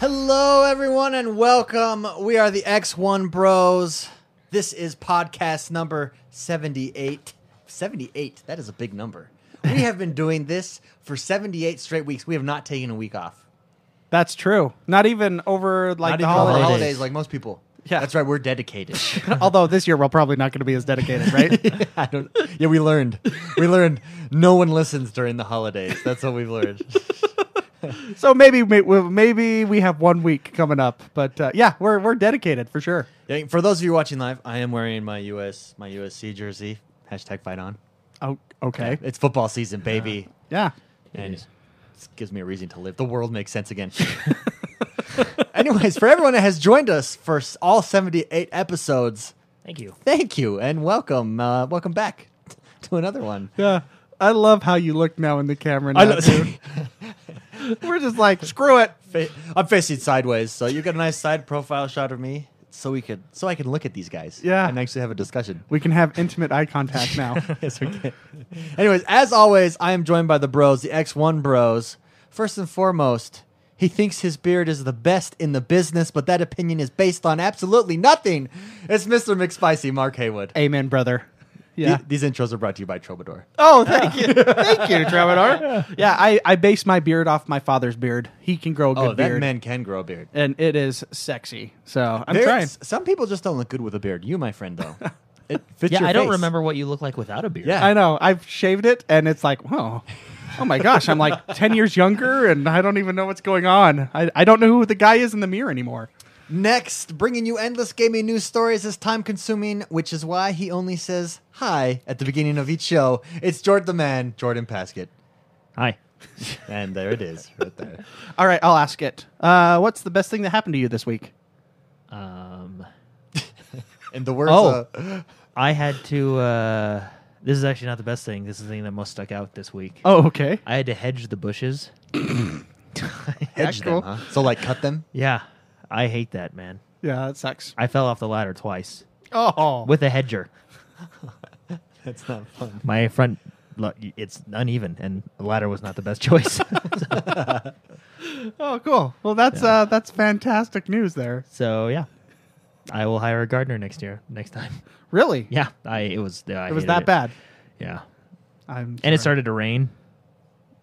Hello, everyone, and welcome. We are the X1 Bros. This is podcast number 78. 78, that is a big number. We have been doing this for 78 straight weeks. We have not taken a week off. That's true. Not even over like Not the even over holidays. the holidays like most people. Yeah. That's right, we're dedicated. Although this year we're probably not going to be as dedicated, right? I don't Yeah, we learned. We learned no one listens during the holidays. That's what we've learned. so maybe may- we'll- maybe we have one week coming up, but uh, yeah, we're we're dedicated for sure. Yeah, For those of you watching live, I am wearing my US my USC jersey. Hashtag fight on. Oh, okay. It's football season, baby. Yeah. and it gives me a reason to live. The world makes sense again. Anyways, for everyone that has joined us for s- all 78 episodes, Thank you. thank you and welcome, uh, welcome back to another one. Yeah. I love how you look now in the camera. Now, I know- dude. we're just like screw it. Fa- I'm facing sideways, so you got a nice side profile shot of me, so we could, so I can look at these guys, Yeah. and actually have a discussion. We can have intimate eye contact now. yes, we can. Anyways, as always, I am joined by the bros, the X1 bros. First and foremost, he thinks his beard is the best in the business, but that opinion is based on absolutely nothing. It's Mr. McSpicy, Mark Haywood. Amen, brother. Yeah. Th- These intros are brought to you by Troubadour. Oh, thank you, thank you, Travador. Yeah, I, I base my beard off my father's beard. He can grow a good Oh, that beard, man can grow a beard. and it is sexy. So I'm There- trying. s- Some people just don't look good with a beard. You, my friend, though. It fits Yeah, your I don't face. remember what you look like without a beard. Yeah. I know. I've shaved it, and it's like, whoa. Oh my gosh, I'm like 10 years younger, and I don't even know what's going on. I, I don't know who the guy is in the mirror anymore. Next, bringing you endless gaming news stories is time consuming, which is why he only says hi at the beginning of each show. It's Jordan the Man, Jordan Paskett. Hi. And there it is, right there. All right, I'll ask it. Uh, what's the best thing that happened to you this week? Um, And the words, Oh. uh, I had to. Uh, this is actually not the best thing. This is the thing that most stuck out this week. Oh, okay. I had to hedge the bushes. hedge cool. them, huh? So, like, cut them? Yeah, I hate that man. Yeah, that sucks. I fell off the ladder twice Oh, with a hedger. That's not fun. My front, lo- it's uneven, and the ladder was not the best choice. oh, cool. Well, that's Yeah. uh, that's fantastic news there. so yeah, I will hire a gardener next year. Next time. Really? Yeah, I it was. I it was hated that bad. Yeah, I'm and sorry. it started to rain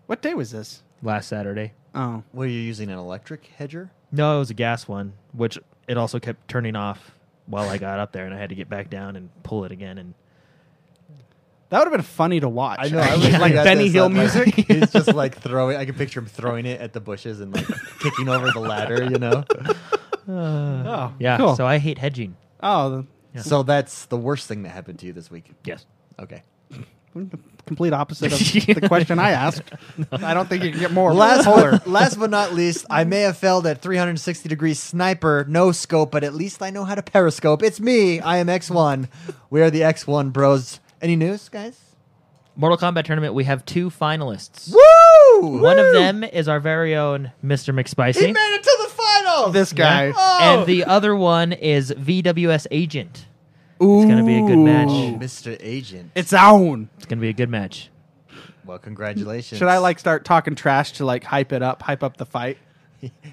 What day was this? last Saturday. Oh, Were you using an electric hedger? No, it was a gas one, which it also kept turning off while I got up there, and I had to get back down and pull it again. And that would have been funny to watch. was like like that Benny this, Hill uh, like, music. he's just like throwing, I can picture him throwing it at the bushes and like kicking over the ladder, you know? oh, yeah, Cool. so I hate hedging. oh, So, that's the worst thing that happened to you this week. Yes. Okay. the complete opposite of the question I asked. I don't think you can get more Last polar. but, last but not least, I may have failed at 360 degree sniper, no scope, but at least I know how to periscope. It's me. I am X1. We are the X1 bros. Any news, guys? Mortal Kombat tournament. We have two finalists. Woo! One of them is our very own Mr. He McSpicy, made it to the finals. This guy. Yeah. Oh! and the other one is VWS Agent. Ooh. gonna be a good match. Mr. Oh, Agent. It's on. It's gonna be a good match. Well, congratulations. Should I like start talking trash to like hype it up, hype up the fight?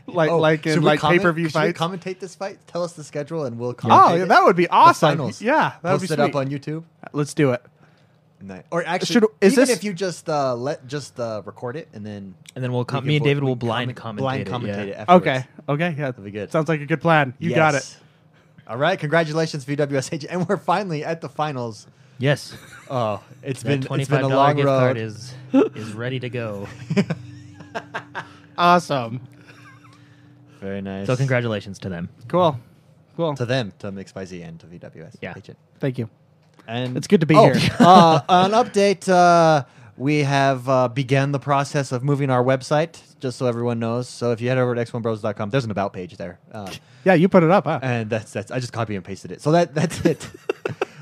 Like like Oh, should in we like comment- pay per view should we fights. Commentate this fight. Tell us the schedule, and we'll commentate. Oh, yeah, it? that would be The awesome. finals. Yeah, that would post be it sweet. up on YouTube. Let's do it. Nice. Or actually, Should- is even this- if you just uh, let just uh, record it and then And then we'll we come. can Me and vo- David we will can blind comment- commentate. blind it, commentate yeah. it. afterwards. Okay. Okay. Yeah. That'd be good. Sounds like a good plan. You got it. Yes. All right, congratulations, VWSH, and we're finally at the finals. Yes. Oh, it's That been twenty it's been five a dollar long gift road. card is is ready to go. Awesome. Very nice. So congratulations to them. Cool. Cool. to them, to McSpicy and to VWS. Yeah. Thank you. And It's good to be Oh, here. uh, an update. Uh, we have uh, began the process of moving our website, just so everyone knows. So if you head over to x1bros.com, there's an about page there. Uh, Yeah, you put it up, huh? and that's that's I just copy and pasted it. So that that's it.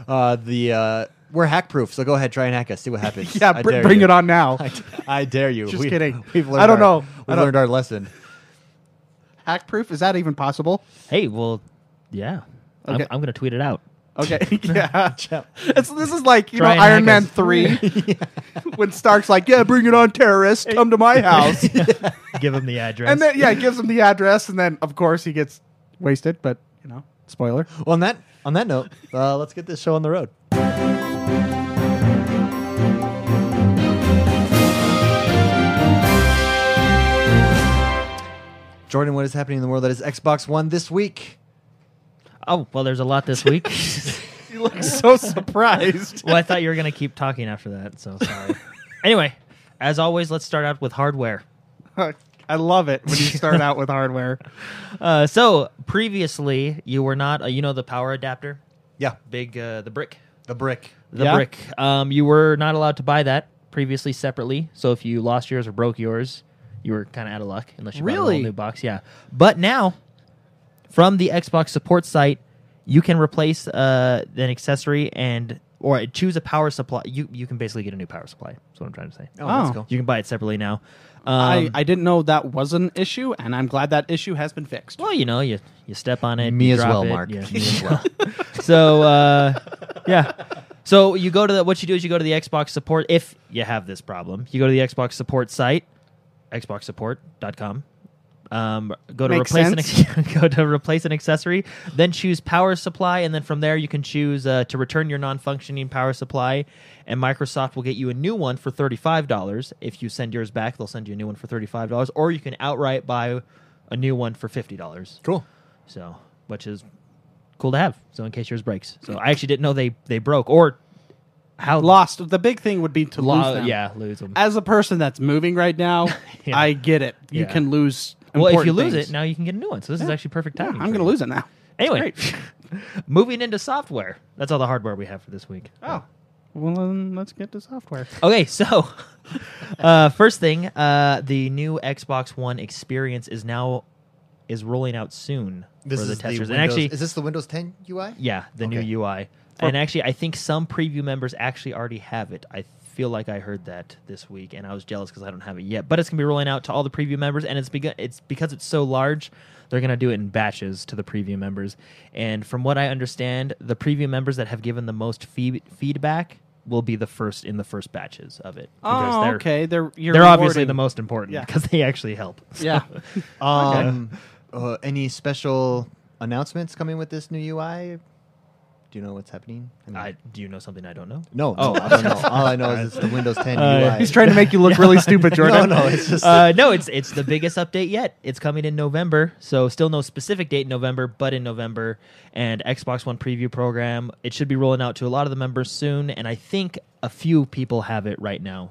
uh, the uh, we're hack proof, so go ahead, try and hack us, see what happens. yeah, I br- dare bring you. it on now. I, I dare you. Just We- kidding. We've I learned don't our- know. I We've don't- learned our lesson. Hack proof? Is that even possible? Hey, well, yeah. Okay. I'm, I'm gonna tweet it out. Okay. yeah. It's, this is like, you Try know, and Iron Man hack us. 3 when Stark's like, yeah, bring it on, terrorists. Come to my house. give him the address. and then yeah, it gives him the address, and then of course he gets wasted. But you know, spoiler. Well, on that on that note, uh, let's get this show on the road. Jordan, what is happening in the world that is Xbox One this week? Oh well, there's a lot this week. He looks so surprised. well, I thought you were gonna keep talking after that, so sorry. anyway, as always, let's start out with hardware. I love it when you start out with hardware. Uh, so previously, you were not. Uh, you know the power adapter, Yeah, big uh, the brick, the brick. the Yeah. brick. Um, you were not allowed to buy that previously separately. So if you lost yours or broke yours, you were kind of out of luck unless you bought a Really? whole new box. Yeah, but now from the Xbox support site, you can replace uh, an accessory and or choose a power supply. You you can basically get a new power supply. That's what I'm trying to say. Oh, Oh. let's go. You can buy it separately now. Um, I, I didn't know that was an issue, and I'm glad that issue has been fixed. Well, you know, you you step on it. Me you as drop well, it, Mark. yeah. Me as well. so, uh, yeah. So you go to the what you do is you go to the Xbox support if you have this problem. You go to the Xbox support site, xboxsupport.com. Um, go to Makes replace an go to replace an accessory, then choose power supply, and then from there you can choose uh, to return your non-functioning power supply, and Microsoft will get you a new one for thirty-five dollars. If you send yours back, they'll send you a new one for thirty-five dollars, or you can outright buy a new one for fifty dollars. Cool. So, which is cool to have. So, in case yours breaks. So, I actually didn't know they they broke or how Lost. The big thing would be to lo- lose them. yeah, lose them. As a person that's moving right now, Yeah. I get it. You Yeah. can lose. well, if important you lose things. it, now you can get a new one. So, this is actually perfect Yeah, timing. I'm going to lose it now. Anyway, moving into software. That's all the hardware we have for this week. Oh, well, then let's get to software. Okay, so uh, first thing, uh, the new Xbox One experience is now is rolling out soon This for is the testers. The and Windows- actually, is this the Windows 10 UI? Yeah, the Okay. new UI. and actually, I think some preview members actually already have it. I feel like I heard that this week, and I was jealous because I don't have it yet. But it's gonna be rolling out to all the preview members, and it's because it's because it's so large, they're gonna do it in batches to the preview members. And from what I understand, the preview members that have given the most feed- feedback will be the first in the first batches of it. because Oh, they're- okay. They're They're you're obviously rewarding- the most important Yeah. because they actually help. So- Yeah. Um, uh, any special announcements coming with this new UI? Do you know what's happening? I mean- I, do you know something I don't know? no, Oh, oh, I don't know. All I know is it's the Windows 10 UI. He's trying to make you look really stupid, no, Jordan. no, it's just uh, no, it's it's the biggest update yet. It's coming in November, so still no specific date in November, but in November. And Xbox One preview program. It should be rolling out to a lot of the members soon, and I think a few people have it right now,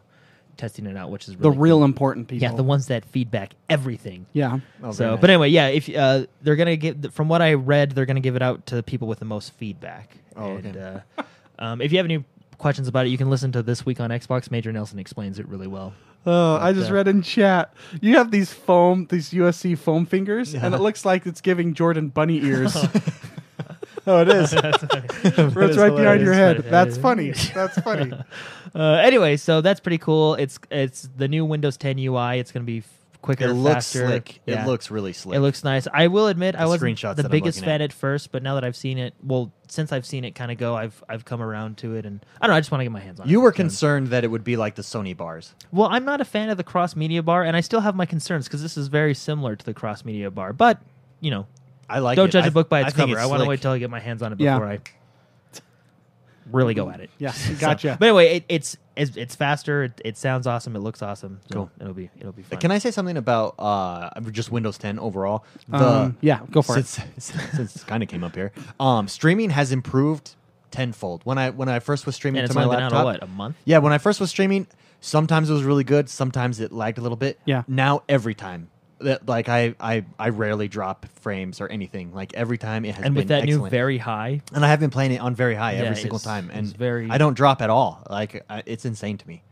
testing it out, which is The really real cool. important people. yeah, the ones that feedback everything. Yeah. Oh, very so, nice. but anyway, yeah. If uh, they're gonna give, from what I read, they're gonna give it out to the people with the most feedback. Oh, and, okay. uh, um, if you have any questions about it, you can listen to this week on Xbox. Major Nelson explains it really well. Oh, I just uh, read in chat. You have these foam, these USC foam fingers, and it looks like it's giving Jordan bunny ears. oh, it is. Where it's is right behind your hilarious. head. That That's is- funny. That's funny. Uh, anyway, so that's pretty cool. It's it's the new Windows 10 UI. It's going to be f- quicker, It looks faster. slick. Yeah. It looks really slick. It looks nice. I will admit, I wasn't screenshots that the I'm biggest looking at. fan at first, but now that I've seen it, well, since I've seen it kind of go, I've I've come around to it, and I don't know. I just want to get my hands on it. You were So- concerned that it would be like the Sony bars. Well, I'm not a fan of the cross media bar, and I still have my concerns because this is very similar to the cross media bar. But you know, I like. don't it. judge I- a book by its I think cover. I want to slick. wait till I get my hands on it Yeah. before I really go at it. Yeah, So- gotcha. but anyway, it, it's, it's it's faster. It, it sounds awesome. It looks awesome. So Cool. It'll be it'll be fun. Can I say something about uh, just Windows 10 overall? The, Um, yeah, go for it. since, Since, it kind of came up here, um, streaming has improved tenfold. When I when I first was streaming And to it's my only been out laptop, a, what a month. yeah, when I first was streaming, sometimes it was really good, sometimes it lagged a little bit. Yeah. Now every time, that- like I I, I rarely drop frames or anything. Like every time it has And been with that new excellent. very high, and I have been playing it on very high Yeah, every single it's- time, it's and very- Hmm. I don't drop at all. Like I, it's insane to me.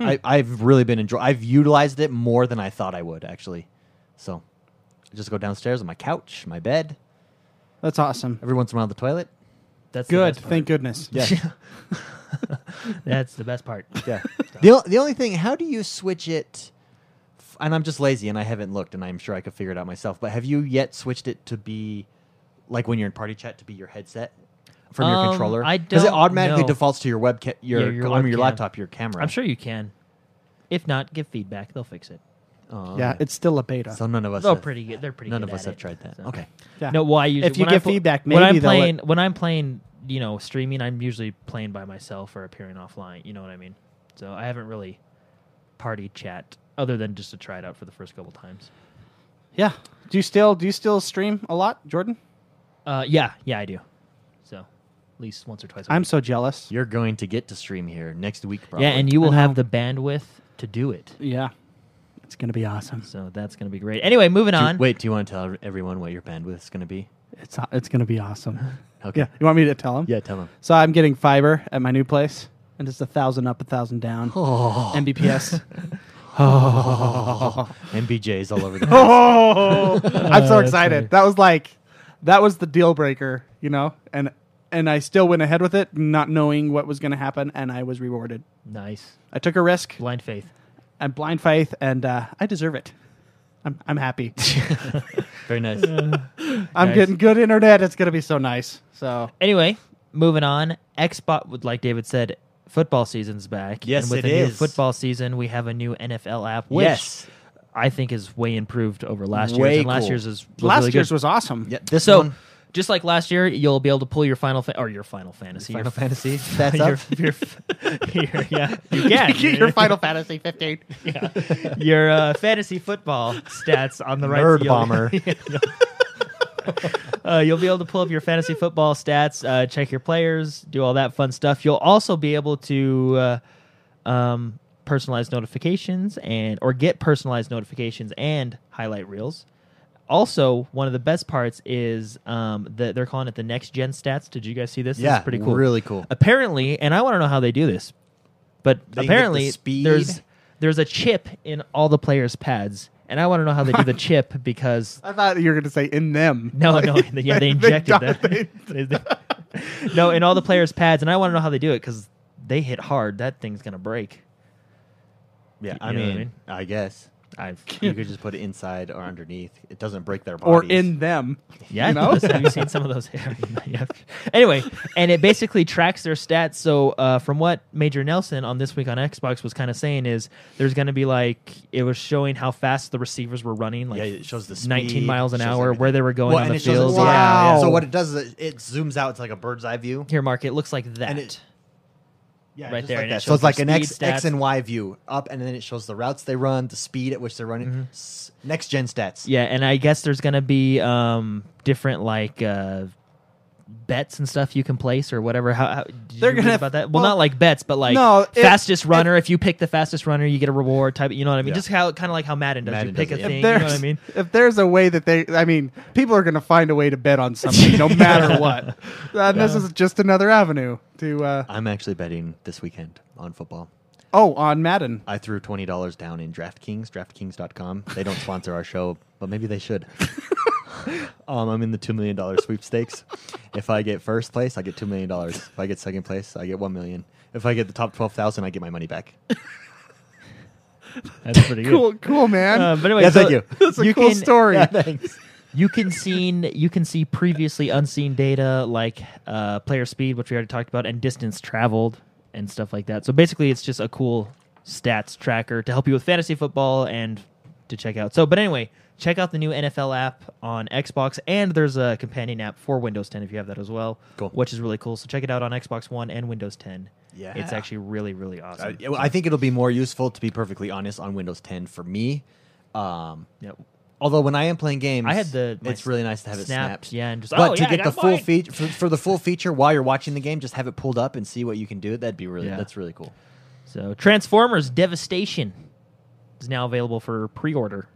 I, I've really been enjoy. I've utilized it more than I thought I would actually. So, I just go downstairs on my couch, my bed, That's awesome. every once in a while the toilet. that's the Good. best part. Thank goodness. Yeah, that's the best part. yeah. the o- The only thing, how do you switch it? f- And I'm just lazy, and I haven't looked, and I'm sure I could figure it out myself. But have you yet switched it to be like when you're in party chat to be your headset? From your Um, controller, I it don't automatically know. defaults to your webcam, your, Yeah, your I mean, your webcam. laptop, your camera. I'm sure you can. If not, give feedback. They'll fix it. Oh, Yeah, okay. it's still a beta. so none of us. They're have- pretty good. They're pretty. None good of us at have it, tried that. so. Okay. yeah. No, well, I usually If you when get I pl- feedback, when maybe I'm they'll let- playing when I'm playing, you know, streaming, I'm usually playing by myself or appearing offline. You know what I mean? So I haven't really party chat other than just to try it out for the first couple times. yeah. Do you still do you still stream a lot, Jordan? Uh, yeah, yeah, I do. So at least once or twice. A I'm week. so jealous. You're going to get to stream here next week, probably. yeah, and you I will have know. the bandwidth to do it. Yeah, it's gonna be awesome. So that's gonna be great. Anyway, moving Do you- on. wait, do you want to tell everyone what your bandwidth's going to be? It's it's gonna be awesome. Okay. Yeah, you want me to tell him? Yeah, tell them. So I'm getting fiber at my new place, and it's a thousand up, a thousand down. Oh, Mbps. MBJ's all over the Uh, place. oh, I'm so that's funny. excited. That was like, that was the deal breaker, you know. And and I still went ahead with it, not knowing what was going to happen, and I was rewarded. Nice I took a risk. blind faith. I'm blind faith, and uh, I deserve it. I'm I'm happy. Very nice. I'm Nice. getting good internet. It's going to be so nice. So Anyway, moving on. Xbox, would like David said, football season's back. Yes, and with it the new is. football season, we have a new NFL app, which yes. I think is way improved over last Way year's. And last cool. year's is was last really year's good. was awesome. Yeah, this so. one. Just like last year, you'll be able to pull your Final Fa- or your Final Fantasy, Final Fantasy. That's That's up. Your, your- yeah, you can Get your Final Fantasy 15. your uh, fantasy football stats on the right. Nerd you'll- bomber. uh, you'll be able to pull up your fantasy football stats, uh, check your players, do all that fun stuff. You'll also be able to uh, um, personalize notifications and or get personalized notifications and highlight reels. Also, one of the best parts is um, that they're calling it the next gen stats. Did you guys see this? This Yeah, is pretty cool. really cool. Apparently, and I want to know how they do this, but They can get the apparently speed. there's there's a chip in all the players' pads, and I want to know how they do the chip because I thought you were going to say in them. no, no, yeah, they injected that. They- they- no, in all the players' pads, and I want to know how they do it because they hit hard. That thing's gonna break. Yeah, You I know what I mean, I mean? guess I you could just put it inside or underneath. It doesn't break their or bodies. in them. yeah, you know? have you seen some of those? Yeah. Anyway, and it basically tracks their stats. So uh, from what Major Nelson on this week on Xbox was kind of saying is there's gonna be like it was showing how fast the receivers were running, like yeah, it shows the 19 speed, miles an shows hour, everything. where they were going Well, and on the it shows field. it's Wow. like- yeah, yeah. Wow. So what it does is it, it zooms out. It's like a bird's eye view. Here, Mark, it looks like that. And it- Yeah, Right just there, like and it that. shows So it's like their an X, speed X stats. and Y view up, and then it shows the routes they run, the speed at which they're running. S- next gen stats. Yeah, and I guess there's gonna be um, different like uh, bets and stuff you can place or whatever. How, how did They're you read gonna- about that? Well, well, not like bets, but like no, if- fastest runner. If, you pick the fastest runner, you get a reward type. You know what I mean? Yeah. Just how kind of like how Madden does. Madden you pick does it, a yeah. If thing. You know there's, what I mean? if there's a way that they, I mean, people are going to find a way to bet on something no matter what. And this is just another avenue to, uh, I'm actually betting this weekend on football. oh, on Madden. I threw twenty dollars down in DraftKings, DraftKings.com. They don't sponsor our show, but maybe they should. um, I'm in the two million dollar sweepstakes. if I get first place, I get two million dollars. If I get second place, I get one million. If I get the top twelve thousand, I get my money back. That's pretty Cool, cool, man. Uh, but anyway, Yeah, so thank you. That's a you cool can- story. thanks. You can seen you can see previously unseen data like uh, player speed, which we already talked about, and distance traveled and stuff like that. So basically, it's just a cool stats tracker to help you with fantasy football and to check out. So, but anyway, check out the new NFL app on Xbox, and there's a companion app for Windows 10 if you have that as well, Cool. which is really cool. So check it out on Xbox One and Windows 10. Yeah. it's actually really really Uh, awesome. yeah, well, I think it'll be more useful, to be perfectly honest, on Windows 10 for me. Um, Yep. although when I am playing games, I had the- my it's really nice to have it snapped, snapped. yeah, and just, but "Oh, to yeah, I get got the full mine." feature for, for the full feature while you're watching the game, just have it pulled up and see what you can do. That'd be really Yeah. that's really cool. So Transformers Devastation is now available for pre-order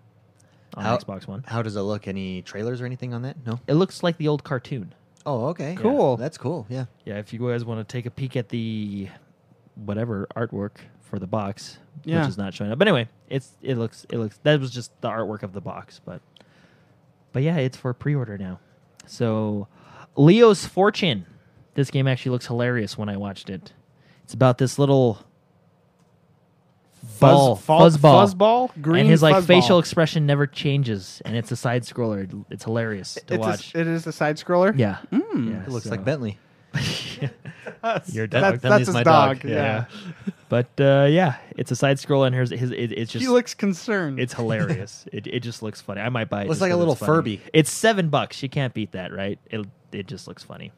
on How- Xbox One. How does it look? Any trailers or anything on that? No. It looks like the old cartoon. Oh, okay. Cool. That's cool. Yeah. Yeah, if you guys want to take a peek at the whatever artwork for the box, Yeah. which is not showing up. But anyway, it's it looks it looks that was just the artwork of the box, but but yeah, it's for pre-order now. So Leo's Fortune. This game actually looks hilarious when I watched it. It's about this little ball, fuzz, fuzz- fuzzball. fuzzball? Green and his like fuzzball. facial expression never changes, and it's a side scroller. It's hilarious to It's watch. A, it is a side scroller. yeah. Hmm. It looks uh, like that. Bentley. Your That's, dog. Bentley's that's his my dog. dog, Yeah. yeah. But uh, yeah, it's a side scroll, and his, his it, it's just He looks concerned. it's hilarious. it, it just looks funny. I might buy it. Looks just like a 'cause little it's funny. Furby. It's seven bucks. You can't beat that, right? It it just looks funny.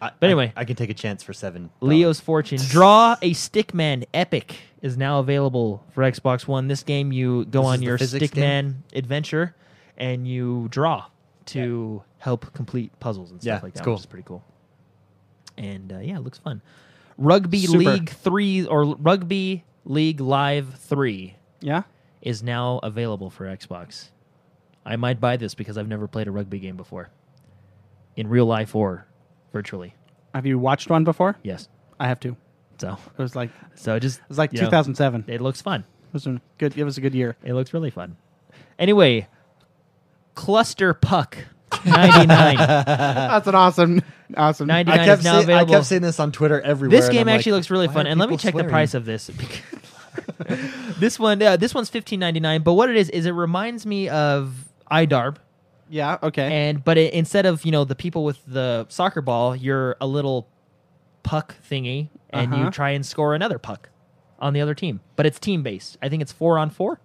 But anyway. I, I can take a chance for seven. Leo's Fortune. Draw a Stickman Epic is now available for Xbox One. This game, you go This is on the your physics Stickman adventure and you draw to help complete puzzles and stuff Yeah, like it's that, cool. which is pretty cool. And uh, yeah, it looks fun. Rugby Super. League 3 or Rugby League Live 3 yeah. is now available for Xbox. I might buy this because I've never played a rugby game before in real life or virtually. Have you watched one before? Yes. I have too. So It was like so it just it was like you know, 2007. It It looks fun. was a good. It was a good year. It looks really fun. Anyway, Cluster Puck 99. That's an awesome, awesome. 99 I kept, is now see- I available. kept seeing this on Twitter everywhere. this and game I'm actually like, looks really why fun, are and let me people check the price swearing? of this. this one, uh, this one's 15.99. But what it is is it reminds me of iDarb, Yeah. Okay. and but it, instead of you know the people with the soccer ball, you're a little puck thingy, and Uh-huh. you try and score another puck on the other team. But it's team based. I think it's four on four,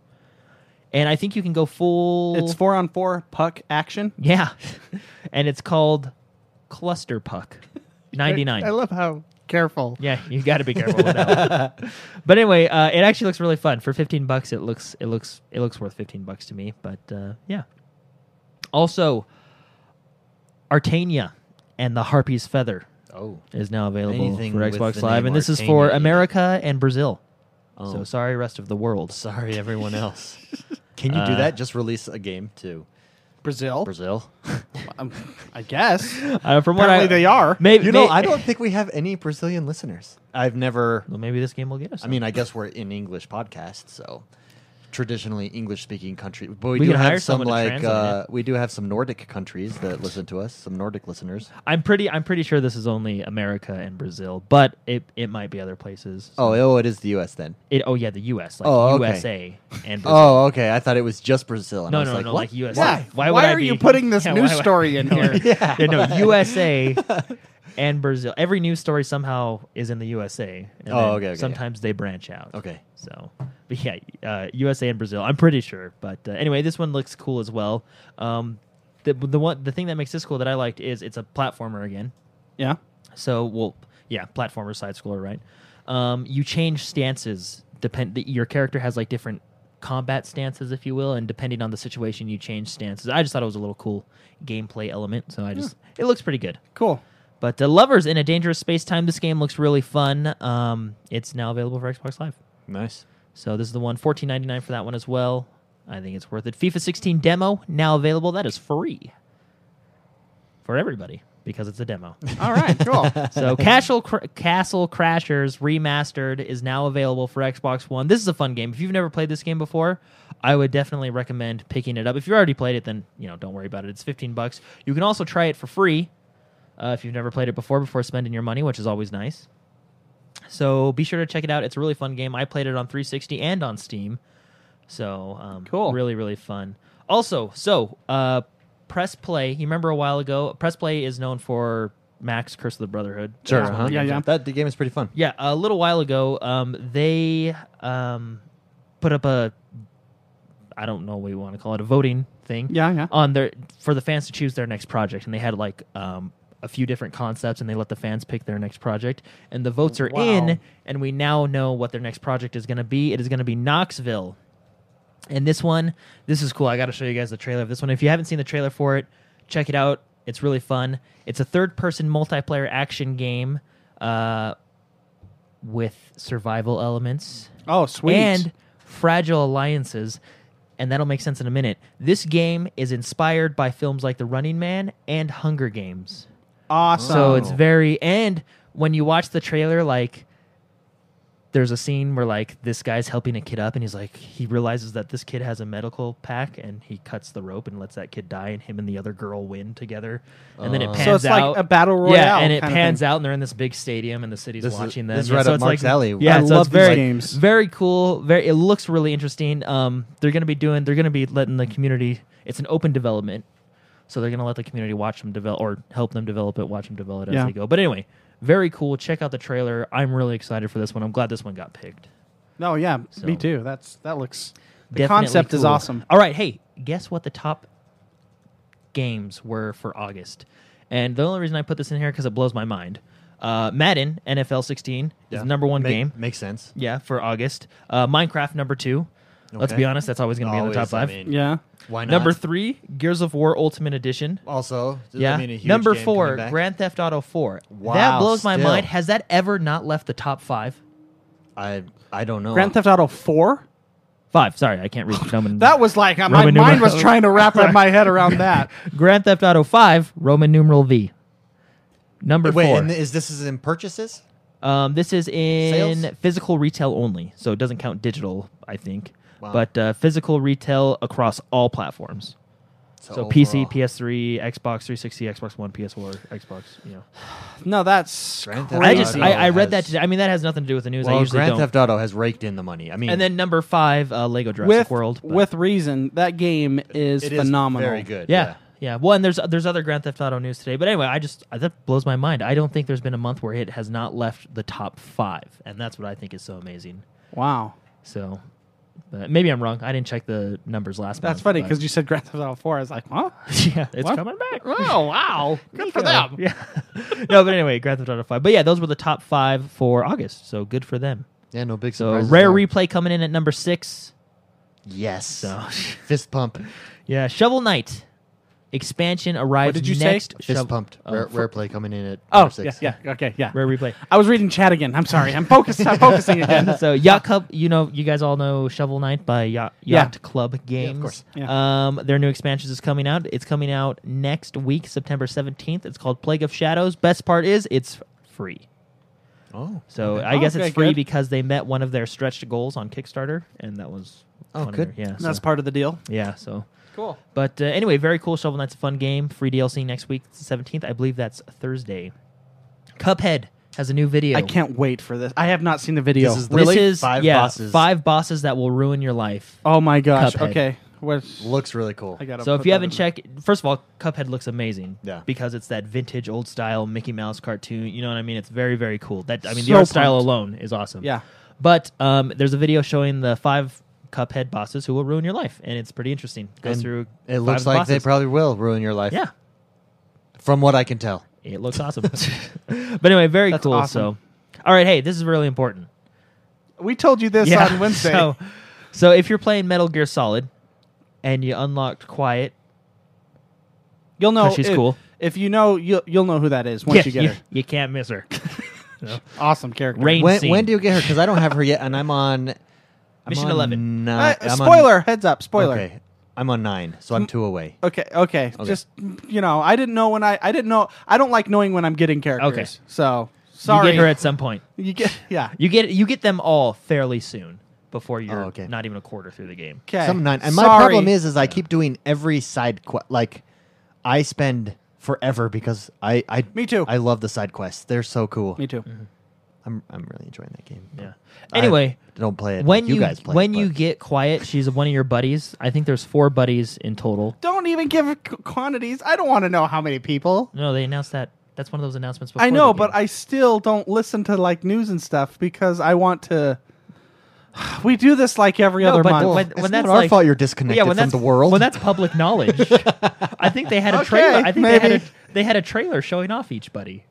and I think you can go full. it's four on four puck action. Yeah. and it's called Cluster Puck 99. I love how careful. yeah, you got to be careful with that. one. but anyway, uh, it actually looks really fun. For 15 bucks, it looks it looks it looks worth 15 bucks to me, but uh, yeah. Also, Artania and the Harpy's Feather Oh, is now available Anything for with Xbox the Live name and this is for Artania. America and Brazil. Oh. So sorry rest of the world. sorry, everyone else. Can you do Uh, that? Just release a game to Brazil. Brazil. Um, I guess. Uh, from what Apparently I, they are. Maybe You know, may- I don't think we have any Brazilian listeners. I've never. Well, maybe this game will get I us. some. mean, I guess we're in English podcast, so traditionally English-speaking country. But we, We do can hire have some someone to like translate uh, we do have some Nordic countries that listen to us. Some Nordic listeners. I'm pretty I'm pretty sure this is only America and Brazil, but it, it might be other places. Oh, oh, it is the U.S. then. It oh yeah, the US, like Oh, okay. USA and Brazil. Oh, okay. I thought it was just Brazil. And no, I was no, like, no, what? like USA. Why? Why, would Why I are be- you putting this Yeah, news why would- story in No, here? like- Yeah. Yeah, no, USA and Brazil. Every news story somehow is in the USA. and Oh, then okay, okay, Sometimes they branch out. Okay. So, but yeah, uh, USA and Brazil. I'm pretty sure. But uh, anyway, this one looks cool as well. Um, the the one the thing that makes this cool that I liked is it's a platformer again. Yeah. So well, yeah, platformer side scroller, right? Um, you change stances. Depend the, your character has like different combat stances, if you will, and depending on the situation, you change stances. I just thought it was a little cool gameplay element. So I just it looks pretty good. Cool. But uh, lovers in a dangerous space time. This game looks really fun. Um, it's now available for Xbox Live. nice. So this is the one fourteen ninety nine for that one as well. I think it's worth it. FIFA 16 demo now available. That is free for everybody because it's a demo. All right. Cool. So Castle Cr- Castle Crashers remastered is now available for Xbox One. This is a fun game. If you've never played this game before, I would definitely recommend picking it up. If you already played it, then you know don't worry about it. It's fifteen bucks. You can also try it for free uh, if you've never played it before before spending your money, which is always nice. So be sure to check it out. It's a really fun game. I played it on 360 and on Steam. So um, Cool. really really fun. Also, so uh, Press Play. You remember a while ago, Press Play is known for Max Curse of the Brotherhood. Sure. That's one of huh? the Yeah, games yeah. That the game is pretty fun. yeah, a little while ago, um, they um, put up a I don't know what you want to call it a voting thing. Yeah, yeah. On their for the fans to choose their next project, and they had like um, a few different concepts, and they let the fans pick their next project, and the votes are Wow. in, and we now know what their next project is going to be. It is going to be Knoxville. And this one, this is cool. I got to show you guys the trailer of this one. If you haven't seen the trailer for it, check it out. It's really fun. It's a third-person multiplayer action game uh, with survival elements Oh, sweet. and fragile alliances. And that'll make sense in a minute. This game is inspired by films like The Running Man and Hunger Games. awesome. So it's very and when you watch the trailer, like there's a scene where like this guy's helping a kid up and he's like he realizes that this kid has a medical pack and he cuts the rope and lets that kid die and him and the other girl win together. And then it Oh. pans So it's like out. a battle Yeah, royale and it kinda pans thing. out and they're in this big stadium and the city's This is- watching them. this is Yeah, right so up it's Mark's like, alley. Yeah, I so it's love these very, games. Very cool. Very it looks really interesting. Um they're gonna be doing they're gonna be letting the community it's an open development so they're going to let the community watch them develop or help them develop it, watch them develop it Yeah. as they go. But anyway, very cool. Check out the trailer. I'm really excited for this one. I'm glad this one got picked. No, yeah, So- me too. That's that looks. The Definitely concept is cool. awesome. All right, hey, guess what the top games were for August? And the only reason I put this in here because it blows my mind. Uh, Madden NFL 16 is Yeah. the number one Make- game. Makes sense. Yeah, for August. Uh, Minecraft number two. Let's Okay. be honest, that's always going to be in the top Always, I five. mean, Yeah. Why not? number three, Gears of War Ultimate Edition. Also, does yeah. that mean a huge number game four, coming back? Grand Theft Auto Four. that Wow, blows my still. mind. Has that ever not left the top five? I I don't know. Grand Theft Auto Four. Five. Sorry, I can't read Roman. That was like uh, my Roman mind numerals. was trying to wrap my head around that. Grand Theft Auto Five, Roman numeral V. Number Wait, four. and is this is in purchases? um, this is in Sales? physical retail only, so it doesn't count digital. I think, Wow. but uh, physical retail across all platforms. So PC, overall. PS3, Xbox 360, Xbox One, PS4, Xbox. You know, No, that's Grand Theft crazy. I Auto just I, I read that has- today. I mean, that has nothing to do with the news. I Well, usually Grand don't. Theft Auto has raked in the money. I mean, and then number five, uh, Lego Jurassic with World. but- with reason. That game is it is phenomenal. very good. yeah, yeah, Well, and there's there's other Grand Theft Auto news today. But anyway, I just I, that blows my mind. I don't think there's been a month where it has not left the top five, and that's what I think is so amazing. Wow, So, but maybe I'm wrong. I didn't check the numbers last that's month. funny because you said Grand Theft Auto Four. I was like, huh? because yeah, it's What? coming back. Oh wow, good for Yeah. them. Yeah. no, but anyway, Grand Theft Auto Five. But yeah, those were the top five for August. So good for them. Yeah, no big So surprises. rare there. replay coming in at number six. Yes. So Fist pump. yeah, Shovel Knight expansion arrives. did you say? next Fist Shov- pumped. Oh, Rare, f- rare play coming in at Oh number yeah, six. yeah, okay, yeah. rare replay. I was reading chat again. I'm sorry. I'm focused. I'm focusing again. so Yacht Club, you know, you guys all know Shovel Knight by Yacht, Yeah. Yacht Club Games. course. Um, their new expansions is coming out. It's coming out next week, September seventeenth. It's called Plague of Shadows. Best part is it's free. Oh. So Okay. I guess Okay, it's free good. because they met one of their stretched goals on Kickstarter, and that was Oh, one of good. their- yeah, That's so, part of the deal. yeah. So, Cool. but uh, anyway, very cool. Shovel Knight's a fun game. Free DLC next week, seventeenth. I believe that's Thursday. Cuphead has a new video. I can't wait for this. I have not seen the video. This is the- This Really? is Five yeah, bosses. five bosses that will ruin your life. oh my gosh. Cuphead. Okay. What? Looks really cool. I gotta So if put you that haven't in. checked, first of all, Cuphead looks amazing. Yeah. Because it's that vintage old style Mickey Mouse cartoon. You know what I mean? It's very very cool. That I mean the So art style pumped. alone is awesome. Yeah. But um, there's a video showing the five Cuphead bosses who will ruin your life, and it's pretty interesting. Goes And through. It five looks of the like they bosses. probably will ruin your life. Yeah. From what I can tell. It looks awesome. but anyway, very That's cool. awesome. So, all right, hey, this is really important. We told you this on Wednesday. So, so if you're playing Metal Gear Solid, and you unlocked Quiet, You'll know. 'Cause she's if, cool. If you know, you'll you'll know who that is once yeah, you get you, her. you can't miss her. So, Awesome character. Rain When, scene. when do you get her? Because I don't have her yet, and I'm on. I'm Mission on 11. ni- Uh, I'm on- spoiler. heads up. Spoiler. Okay. I'm on nine, so I'm two away. Okay, okay. Just you know, I didn't know when I I didn't know I don't like knowing when I'm getting characters. Okay. So you sorry. get her at some point. you get yeah. You get you get them all fairly soon before you're Oh, okay. not even a quarter through the game. Okay. Some nine. And my Sorry. problem is, is I keep doing every side quest. Like, I spend forever because I, I. Me too. I love the side quests. They're so cool. Me too. I'm, I'm really enjoying that game. Yeah. I Anyway, don't play it. when like you, guys play when it, you but- get quiet, she's one of your buddies. I think there's four buddies in total. Don't even give c- quantities. I don't want to know how many people. No, they announced that. That's one of those announcements. before I know, the but game. I still don't listen to like news and stuff because I want to. We do this like every No, other but month. when- it's when not that's our like- fault you're Well, disconnected yeah, when from that's the world. When that's public knowledge, I think they had a Okay, trailer. I think they had maybe. a, they had a trailer showing off each buddy.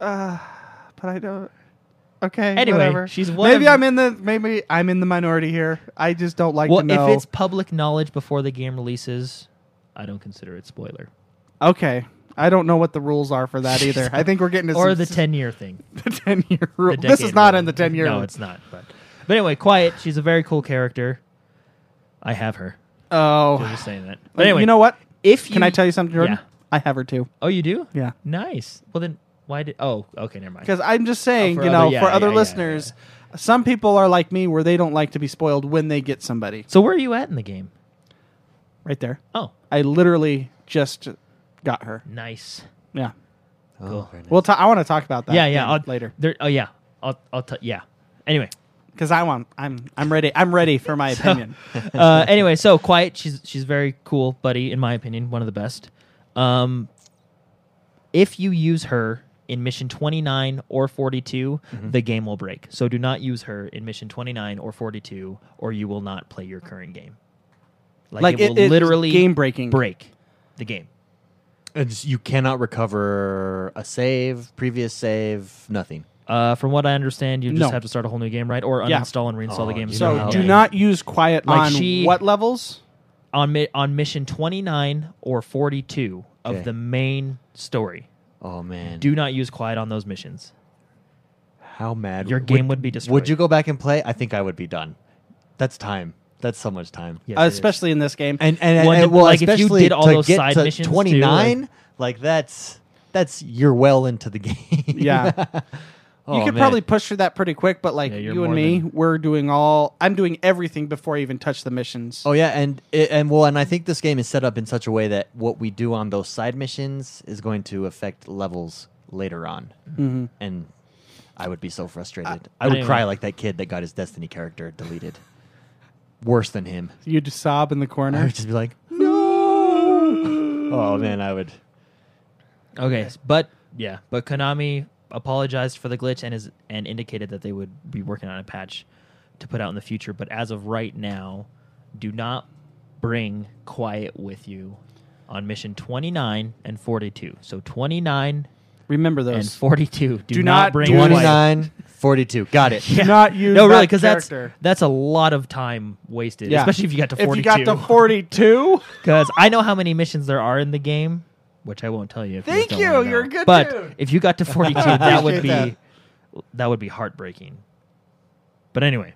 Ah, but I don't. Okay. Anyway, whatever. she's one Maybe of- I'm in the maybe I'm in the minority here. I just don't like to Well, know. if it's public knowledge before the game releases, I don't consider it spoiler okay, I don't know what the rules are for that either. I think we're getting into or some- the ten year thing. the ten year rule. the This is decade not rule. in the ten year. No, rule. it's not. But but anyway, Quiet. She's a very cool character. I have her. I'm Oh, just saying that. But anyway, you know what? If you, Can I tell you something, Jordan? Yeah. I have her too. Oh, you do? Yeah. Nice. Well then, why did? Oh, okay, never mind. Because I'm just saying, Oh, for you other- know, yeah, for yeah, other yeah, listeners, some people are like me where they don't like to be spoiled when they get somebody. So where are you at in the game? Right there. Oh, I literally just got her. nice. Yeah. Oh, Cool. very nice. Well, ta- I want to talk about that. yeah, yeah. game I'll, later, There, oh yeah. I'll I'll tell. Yeah. Anyway. because I want. I'm. I'm ready. I'm ready for my opinion. uh, anyway, so Quiet, she's she's very cool, buddy. In my opinion, one of the best. Um, if you use her in mission 29 or 42, Mm-hmm. the game will break. So do not use her in mission 29 or 42, or you will not play your current game. Like, Like, it, will it- it's literally game-breaking. break the game. It's, you cannot recover a save, previous save, nothing. Uh, from what I understand, you just No. have to start a whole new game, right? Or Yeah. uninstall and reinstall Oh, the game. you So know how do they- not use quiet Like on she- what levels? on mi- on mission 29 or 42 of Okay. the main story. Oh man, Do not use quiet on those missions. how mad Your game would be destroyed. Would you go back and play? I think I would be done. That's time. That's so much time. Yes, it is. uh, especially in this game. And and, and, Well, and- did- well, like, if you especially did all to those get side to missions too, like- twenty nine, like, that's that's you're well into the game. Yeah. you Oh, could man. probably push through that pretty quick, but like Yeah, you're you and more me, than- we're doing all. I'm doing everything before I even touch the missions. Oh yeah, and it, and well, and I think this game is set up in such a way that what we do on those side missions is going to affect levels later on. Mm-hmm. And I would be so frustrated. I, would anyway. cry like that kid that got his Destiny character deleted. Worse than him. You'd sob in the I corner. would just be like, oh man, I would. Okay, s- but yeah, but Konami apologized for the glitch and is and indicated that they would be working on a patch to put out in the future. But as of right now, do not bring quiet with you on mission 29 and 42. So 29 Remember and those. 42. Do, Do not, not bring do quiet. 29, 42. Got it. Do not use no, really, that because that's character. that's a lot of time wasted, Yeah. especially if you got to If forty-two. you got to 42, Because I know how many missions there are in the game, which I won't tell you. If Thank you. just you, don't wanna know. you're a good But dude. if you got to forty-two, I that would be appreciate that. would be heartbreaking. But anyway,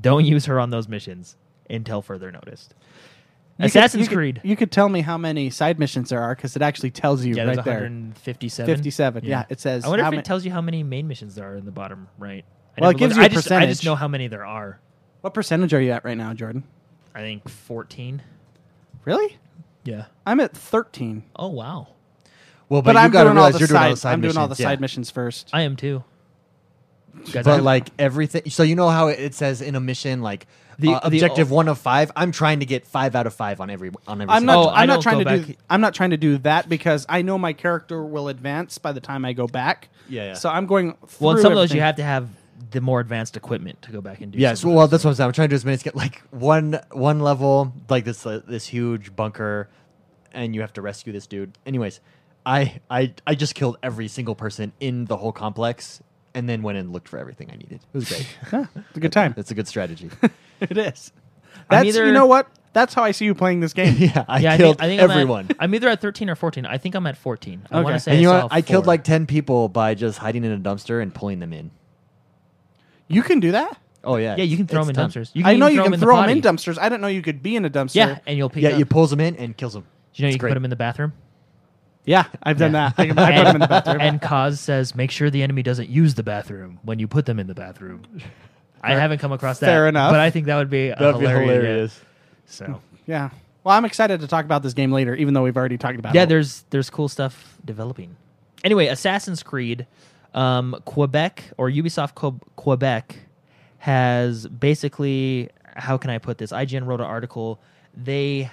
don't use her on those missions until further notice. you could- Assassin's you could- Creed. you could tell me how many side missions there are because it actually tells you yeah, there's right there. 157. 57, yeah, it says I wonder how if ma- it tells you how many main missions there are in the bottom right. I Well, it never gives looked- you a I just, I just percentage. know how many there are. What percentage are you at right now, Jordan? I think 14. Really? Yeah. I'm at 13. Oh wow. Well, But, you I'm gotta doing all realize the you're side. doing all the side I'm missions. doing all the yeah. side missions first. I am too. Guys, But I- like everything, so you know how it it says in a mission, like The- uh, the- objective one of five. I'm trying to get five out of five on every on every. I'm not. single Oh, I I'm not don't trying to go do. back- I'm not trying to do that because I know my character will advance by the time I go back. Yeah, yeah. So I'm going. Through well, in some of those everything. you have to have the more advanced equipment to go back and do. Yes, some of well, those. that's what I'm saying. I'm trying to do as many as get like one one level, like this uh, this huge bunker, and you have to rescue this dude. Anyways, I I I just killed every single person in the whole complex, and then went and looked for everything I needed. It was great. Yeah, it's a good time. That's a good strategy. it is. That's either- you know what. That's how I see you playing this game. yeah, I Yeah, killed I'm at- everyone. I'm, either at 13 or 14. I think I'm at 14. I Okay. want to say and you know I, what? saw I killed four. like ten people by just hiding in a dumpster and pulling them in. You can do that. Oh yeah, yeah. You can throw it's them done. in dumpsters. I know even you 'em can the throw them in potty. dumpsters. I didn't know you could be in a dumpster. Yeah, and you'll pick. Yeah, up. you pulls them in and kills them. You know, It's you can great. put them in the bathroom. Yeah, I've done Yeah. that. uh, I, can, I put them in the bathroom. And Cause says, make sure the enemy doesn't use the bathroom when you put them in the bathroom. I haven't come across that. Fair enough. But I think that would be a hilarious. So yeah. Well, I'm excited to talk about this game later, even though we've already talked about yeah, it. there's there's cool stuff developing. Anyway, Assassin's Creed, um, Quebec or Ubisoft Co- Quebec has basically how can I put this? IGN wrote an article. They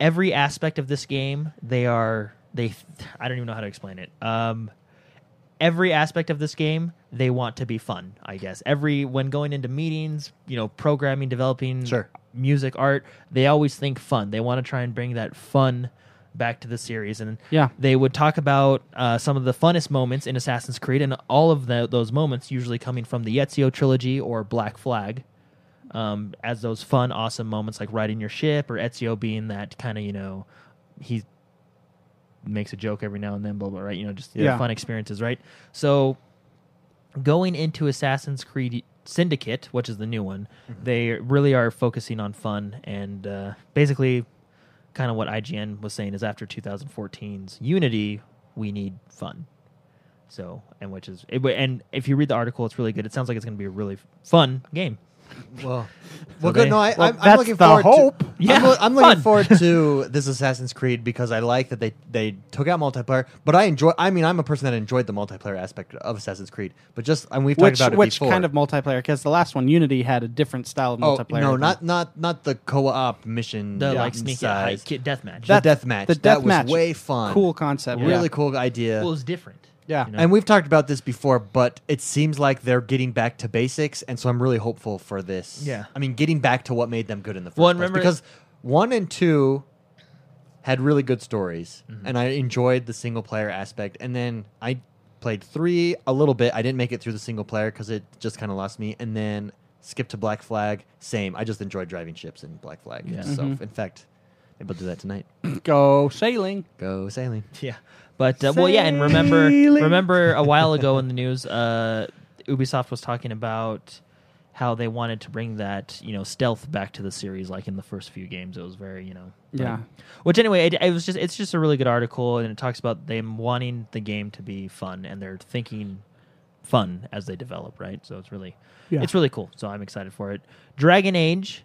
every aspect of this game they are they I don't even know how to explain it. Um, every aspect of this game they want to be fun i guess every when going into meetings you know programming developing Sure. music art they always think fun they want to try and bring that fun back to the series and Yeah. they would talk about uh, some of the funnest moments in assassin's creed and all of the, those moments usually coming from the ezio trilogy or black flag um, as those fun awesome moments like riding your ship or ezio being that kind of you know he makes a joke every now and then blah blah right you know just Yeah. fun fun experiences, right? So going into Assassin's Creed Syndicate, which is the new one, they really are focusing on fun and uh, basically kind of what IGN was saying is after 2014's Unity, we need fun. So, and which is, it, and if you read the article, it's really good. It sounds like it's going to be a really fun game. Well, well, they- good. No, I, well, I'm, I'm that's looking the forward. hope. To, Yeah, I'm, lo- I'm looking fun. forward to this Assassin's Creed because I like that they they took out multiplayer. But I enjoy. I mean, I'm a person that enjoyed the multiplayer aspect of Assassin's Creed. But just and we've Which talked about which it before. kind of multiplayer? Because the last one, Unity, had a different style of oh multiplayer. no, than- not not not the co-op mission. The yeah, like sneaky size. high death match. The deathmatch. The That was deathmatch. way fun. Cool concept. Really yeah. cool idea. well, it's different. Yeah. you know? And we've talked about this before, but it seems like they're getting back to basics, and so I'm really hopeful for this. Yeah. I mean, getting back to what made them good in the first Well, and place. remember- Because one and two had really good stories, and I enjoyed the single player aspect. And then I played three a little bit. I didn't make it through the single player because it just kind of lost me. And then skipped to Black Flag. Same. I just enjoyed driving ships in Black Flag. Yeah. So, in fact, maybe I'll do that tonight. Go sailing. Go sailing. Yeah, but uh, well, yeah, and remember, Sailing. remember a while ago in the news, uh, Ubisoft was talking about how they wanted to bring that you know stealth back to the series, like in the first few games, it was very you know Yeah. Which anyway, it, it was just it's just a really good article, and it talks about them wanting the game to be fun, and they're thinking fun as they develop, right? So it's really Yeah. it's really cool. So I'm excited for it. Dragon Age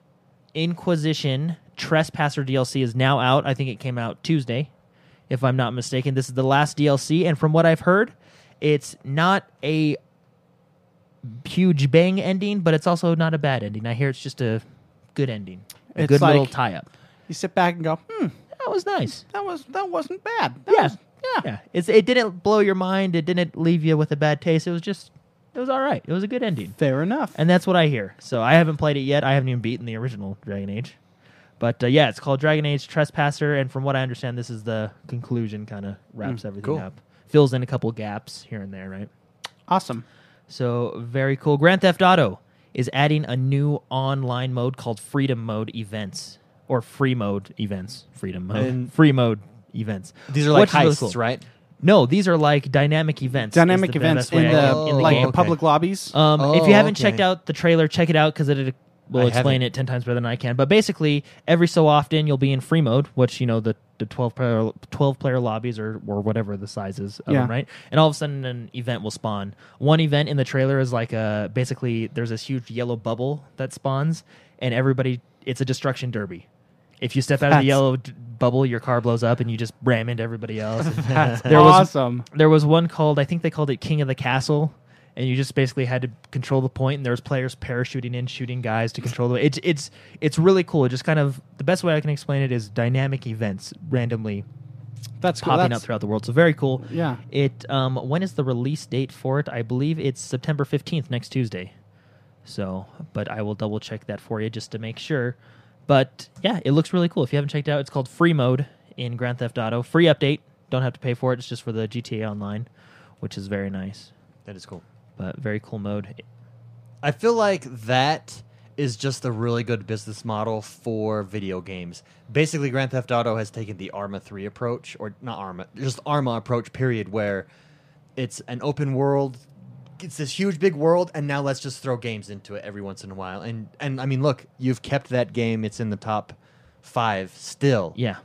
Inquisition Trespasser DLC is now out. I think it came out Tuesday, if I'm not mistaken. This is the last DLC, and from what I've heard, it's not a huge bang ending, but it's also not a bad ending. I hear it's just a good ending. A It's good little like- tie up. You sit back and go, hmm, That was nice. that was that wasn't bad. That Yeah. was- yeah. Yeah. It's, it didn't blow your mind. It didn't leave you with a bad taste. It was just, it was all right. It was a good ending. Fair enough. And that's what I hear. So I haven't played it yet. I haven't even beaten the original Dragon Age. But uh, yeah, it's called Dragon Age Trespasser. And from what I understand, this is the conclusion, kind of wraps everything Hmm, cool. up. Fills in a couple gaps here and there, right? awesome. So very cool. Grand Theft Auto is adding a new online mode called Freedom Mode Events or Free Mode Events. Freedom Mode. And- free Mode Events. These are like Which is really heists, cool. right? No, these are like dynamic events. Dynamic is the events best way in I the, can- in the like game. the public lobbies. um, if Oh, you haven't okay. checked out the trailer, check it out because it I will explain haven't. it ten times better than I can. But basically, every so often you'll be in free mode, which you know the, the twelve player twelve player lobbies or or whatever the size is of Yeah. them, right? And all of a sudden an event will spawn. One event in the trailer is like a basically there's this huge yellow bubble that spawns, and everybody it's a destruction derby. If you step out of That's- the yellow d- bubble, your car blows up and you just ram into everybody else. That's there was awesome. there was one called I think they called it King of the Castle, and you just basically had to control the point, and there was players parachuting in, shooting guys to control the. It's it's it's really cool. It just kind of the best way I can explain it is dynamic events randomly That's cool. popping That's- up throughout the world. So very cool. Yeah. It um when is the release date for it? I believe it's September 15th next Tuesday. So, but I will double check that for you just to make sure. But yeah, it looks really cool. If you haven't checked it out, it's called Free Mode in Grand Theft Auto. Free update. Don't have to pay for it. It's just for the GTA Online, which is very nice. That is cool. But very cool mode. I feel like that is just a really good business model for video games. Basically, Grand Theft Auto has taken the Arma 3 approach, or not Arma, just Arma approach, period, where it's an open world. It's this huge, big world, and now let's just throw games into it every once in a while. And and I mean, look, you've kept that game; it's in the top five still. Yeah.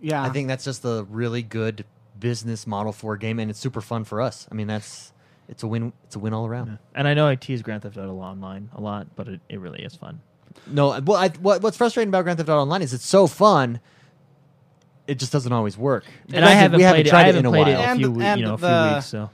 yeah. I think that's just a really good business model for a game, and it's super fun for us. I mean, that's it's a win. It's a win all around. And I know I tease Grand Theft Auto Online a lot, but it, it really is fun. No, well, I, what, what's frustrating about Grand Theft Auto Online is it's so fun. It just doesn't always work. And I haven't we haven't played it. tried I haven't in a played it while. in a And few, the- we- and you know, a the- few weeks. So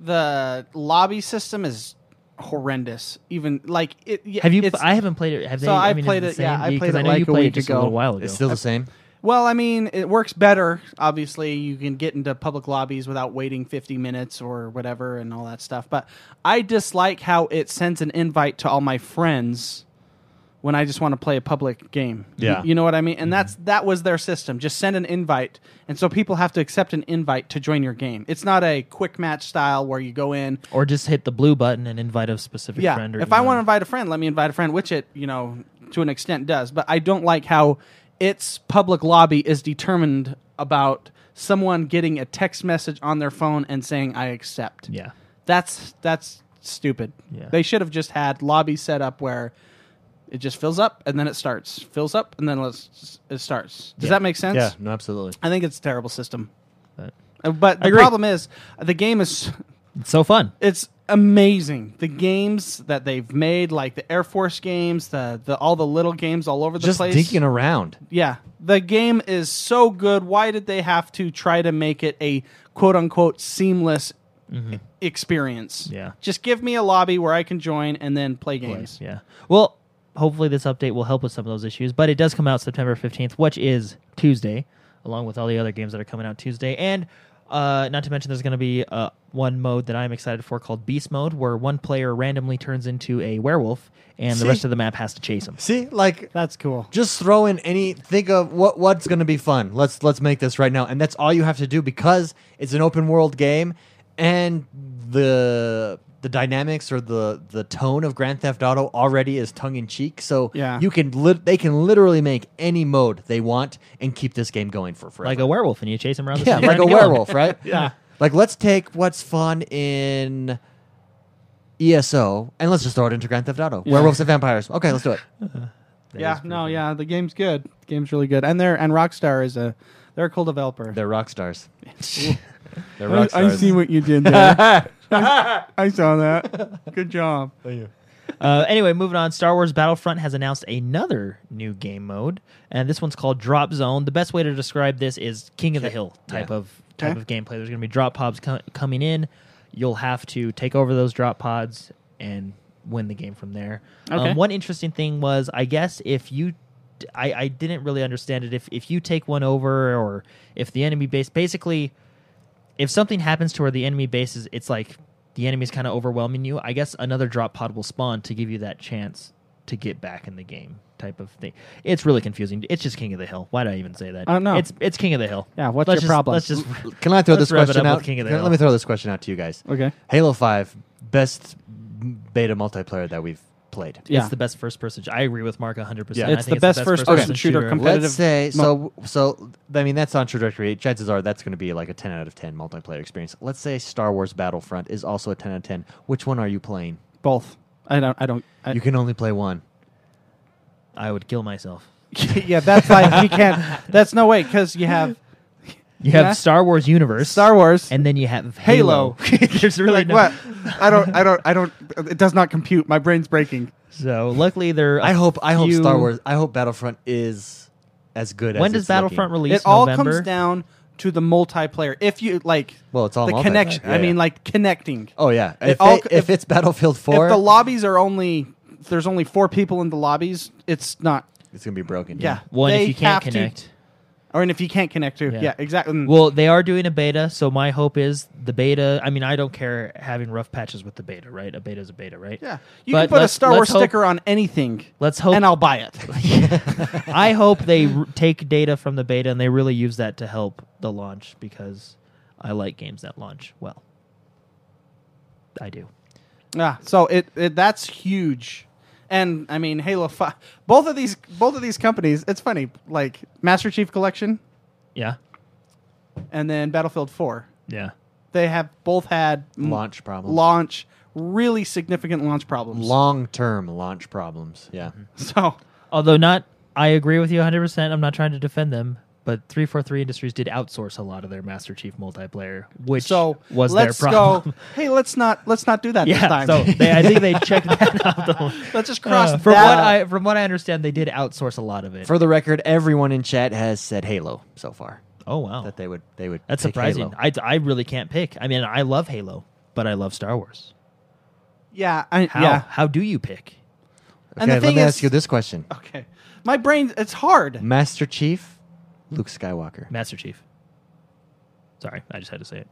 the lobby system is horrendous. Even like it. Yeah, Have you? it's- I haven't played it. Have So they? I, I mean, is played the it- yeah, same? I Because played it know like you a played week just a ago. little while ago. It's still the same. well, I mean, it works better. Obviously, you can get into public lobbies without waiting 50 minutes or whatever and all that stuff. But I dislike how it sends an invite to all my friends when I just want to play a public game. You- Yeah. You, know what I mean? And that's that was their system. Just send an invite, and so people have to accept an invite to join your game. It's not a quick match style where you go in, or just hit the blue button and invite a specific yeah. friend. Or if I email. want to invite a friend, let me invite a friend, which it you know to an extent does. But I don't like how its public lobby is determined about someone getting a text message on their phone and saying I accept. yeah, That's that's stupid. Yeah. They should have just had lobby set up where it just fills up and then it starts, fills up and then let's it starts. Does Yeah. that make sense? Yeah, no, absolutely. I think it's a terrible system. but Uh, But the agree. problem is the game is it's so fun. it's amazing. The games that they've made, like the Air Force games, the, the all the little games all over the Just place. dinking around. Yeah, the game is so good. Why did they have to try to make it a quote unquote seamless e- experience? Yeah. just give me a lobby where I can join and then play games. Yeah. Well, hopefully this update will help with some of those issues, but it does come out September 15th, which is Tuesday, along with all the other games that are coming out Tuesday. And uh, not to mention, there's going to be uh, one mode that I'm excited for called Beast Mode, where one player randomly turns into a werewolf and See? the rest of the map has to chase him. See, like That's cool. just throw in any think of what what's going to be fun let's let's make this right now and that's all you have to do because it's an open world game and the the dynamics or the the tone of grand theft auto already is tongue in cheek so Yeah. you can lit they can literally make any mode they want and keep this game going for forever Like a werewolf, and you chase him around the yeah, city like trying a to kill him. werewolf, right? Yeah. Like let's take what's fun in ESO and let's just throw it into Grand Theft Auto. Werewolves and vampires. Okay, let's do it. That yeah, is no, pretty yeah, the game's good. The game's really good, and they're and Rockstar is a they're a cool developer. They're rock stars. They're I, rock I stars. see what you did there. I, I saw that. Good job. Uh, anyway, moving on. Star Wars Battlefront has announced another new game mode, and this one's called Drop Zone. The best way to describe this is King of the Hill type Yeah. of type Okay. of gameplay. There's going to be drop pods co- coming in. You'll have to take over those drop pods and win the game from there. Um, Okay. one interesting thing was, I guess, if you I, I didn't really understand it. If if you take one over, or if the enemy base, basically, if something happens to where the enemy base is, it's like the enemy's kind of overwhelming you. I guess another drop pod will spawn to give you that chance to get back in the game, type of thing. It's really confusing. It's just King of the Hill. Why did I even say that? I don't know. It's it's King of the Hill. Yeah, what's Let's your just- problem? Let's just Can I throw Let's this wrap it question up out? with King of the Can- Hill. Let me throw this question out to you guys. Okay. Halo 5 best beta multiplayer that we've played. Yeah. It's the best first person. I agree with Mark 100%. Yeah. I It's think the best first-person shooter ever. com- competitive Let's say mo- so. So I mean, that's on trajectory. Chances are that's going to be like a ten out of ten multiplayer experience. Let's say Star Wars Battlefront is also a ten out of ten. Which one are you playing? Both. I don't. I don't. I, You can only play one. I would kill myself. yeah, that's like you can't. That's no way because you have You Yeah. have Star Wars Universe. Star Wars And then you have Halo. Halo. There's really like no. what? I don't. I don't. I don't. It does not compute. My brain's breaking. So luckily, there. I hope. I hope few- Star Wars. I hope Battlefront is as good. When as does it's Battlefront looking. release? it all November? comes down to the multiplayer. If you like, Well, it's all the multiplayer. connection. Yeah, I yeah. mean, like connecting. Oh yeah. It If, all they- c- if if- it's Battlefield Four, if the lobbies are only if there's only four people in the lobbies, it's not. it's gonna be broken. Yeah. Well, and They if you can't have to- connect. Or and if you can't connect to, yeah, Yeah. exactly. Mm. Well, they are doing a beta, so my hope is the beta. I mean, I don't care having rough patches with the beta, right? A beta is a beta, right? yeah, you But can put a let's- Star let's Wars hope- sticker on anything. Let's hope- and I'll buy it. I hope they r- take data from the beta and they really use that to help the launch because I like games that launch well. I do. Yeah, so it, it that's huge, and I mean Halo Five. Both of these, both of these companies. It's funny, like Master Chief Collection Yeah. and then Battlefield Four. Yeah. They have both had m- Launch problems. launch really significant launch problems. Long term launch problems. Yeah. so Although not, I agree with you 100%. I'm not trying to defend them, but 343 Industries did outsource a lot of their Master Chief multiplayer, which so was their let's problem. go. Hey, let's not let's not do that this yeah. time. So they, I think they checked that out. though. let's just cross Uh, from that. what out. I from what I understand, they did outsource a lot of it. For the record, everyone in chat has said Halo so far. oh wow, That they would. They would. that's pick surprising. Halo. I, I really can't pick. I mean, I love Halo, but I love Star Wars. yeah, I, How yeah. how do you pick? Okay. And the let thing me is- Uh, ask you this question. Okay, my brain it's hard. Master Chief, Luke Skywalker. Master Chief. Sorry, I just had to say it.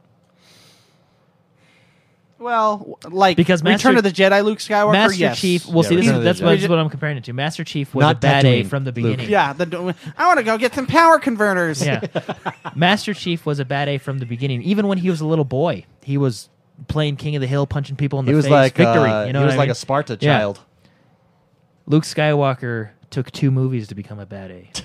Well, w- like Because Master- Return of the Jedi, Luke Skywalker. Master yes. Chief. Well, Yeah, see, this Return is, of the that's Jedi. what, this is what I'm comparing it to. Master Chief was Not a bad A Tatooine, from the Luke. beginning. Yeah, the I want to go get some power converters. yeah. Master Chief was a bad A from the beginning. Even when he was a little boy, he was playing King of the Hill, punching people in the He was face. like Victory. uh, you know he what was I like mean? a Sparta Yeah. child. Luke Skywalker took two movies to become a bad A.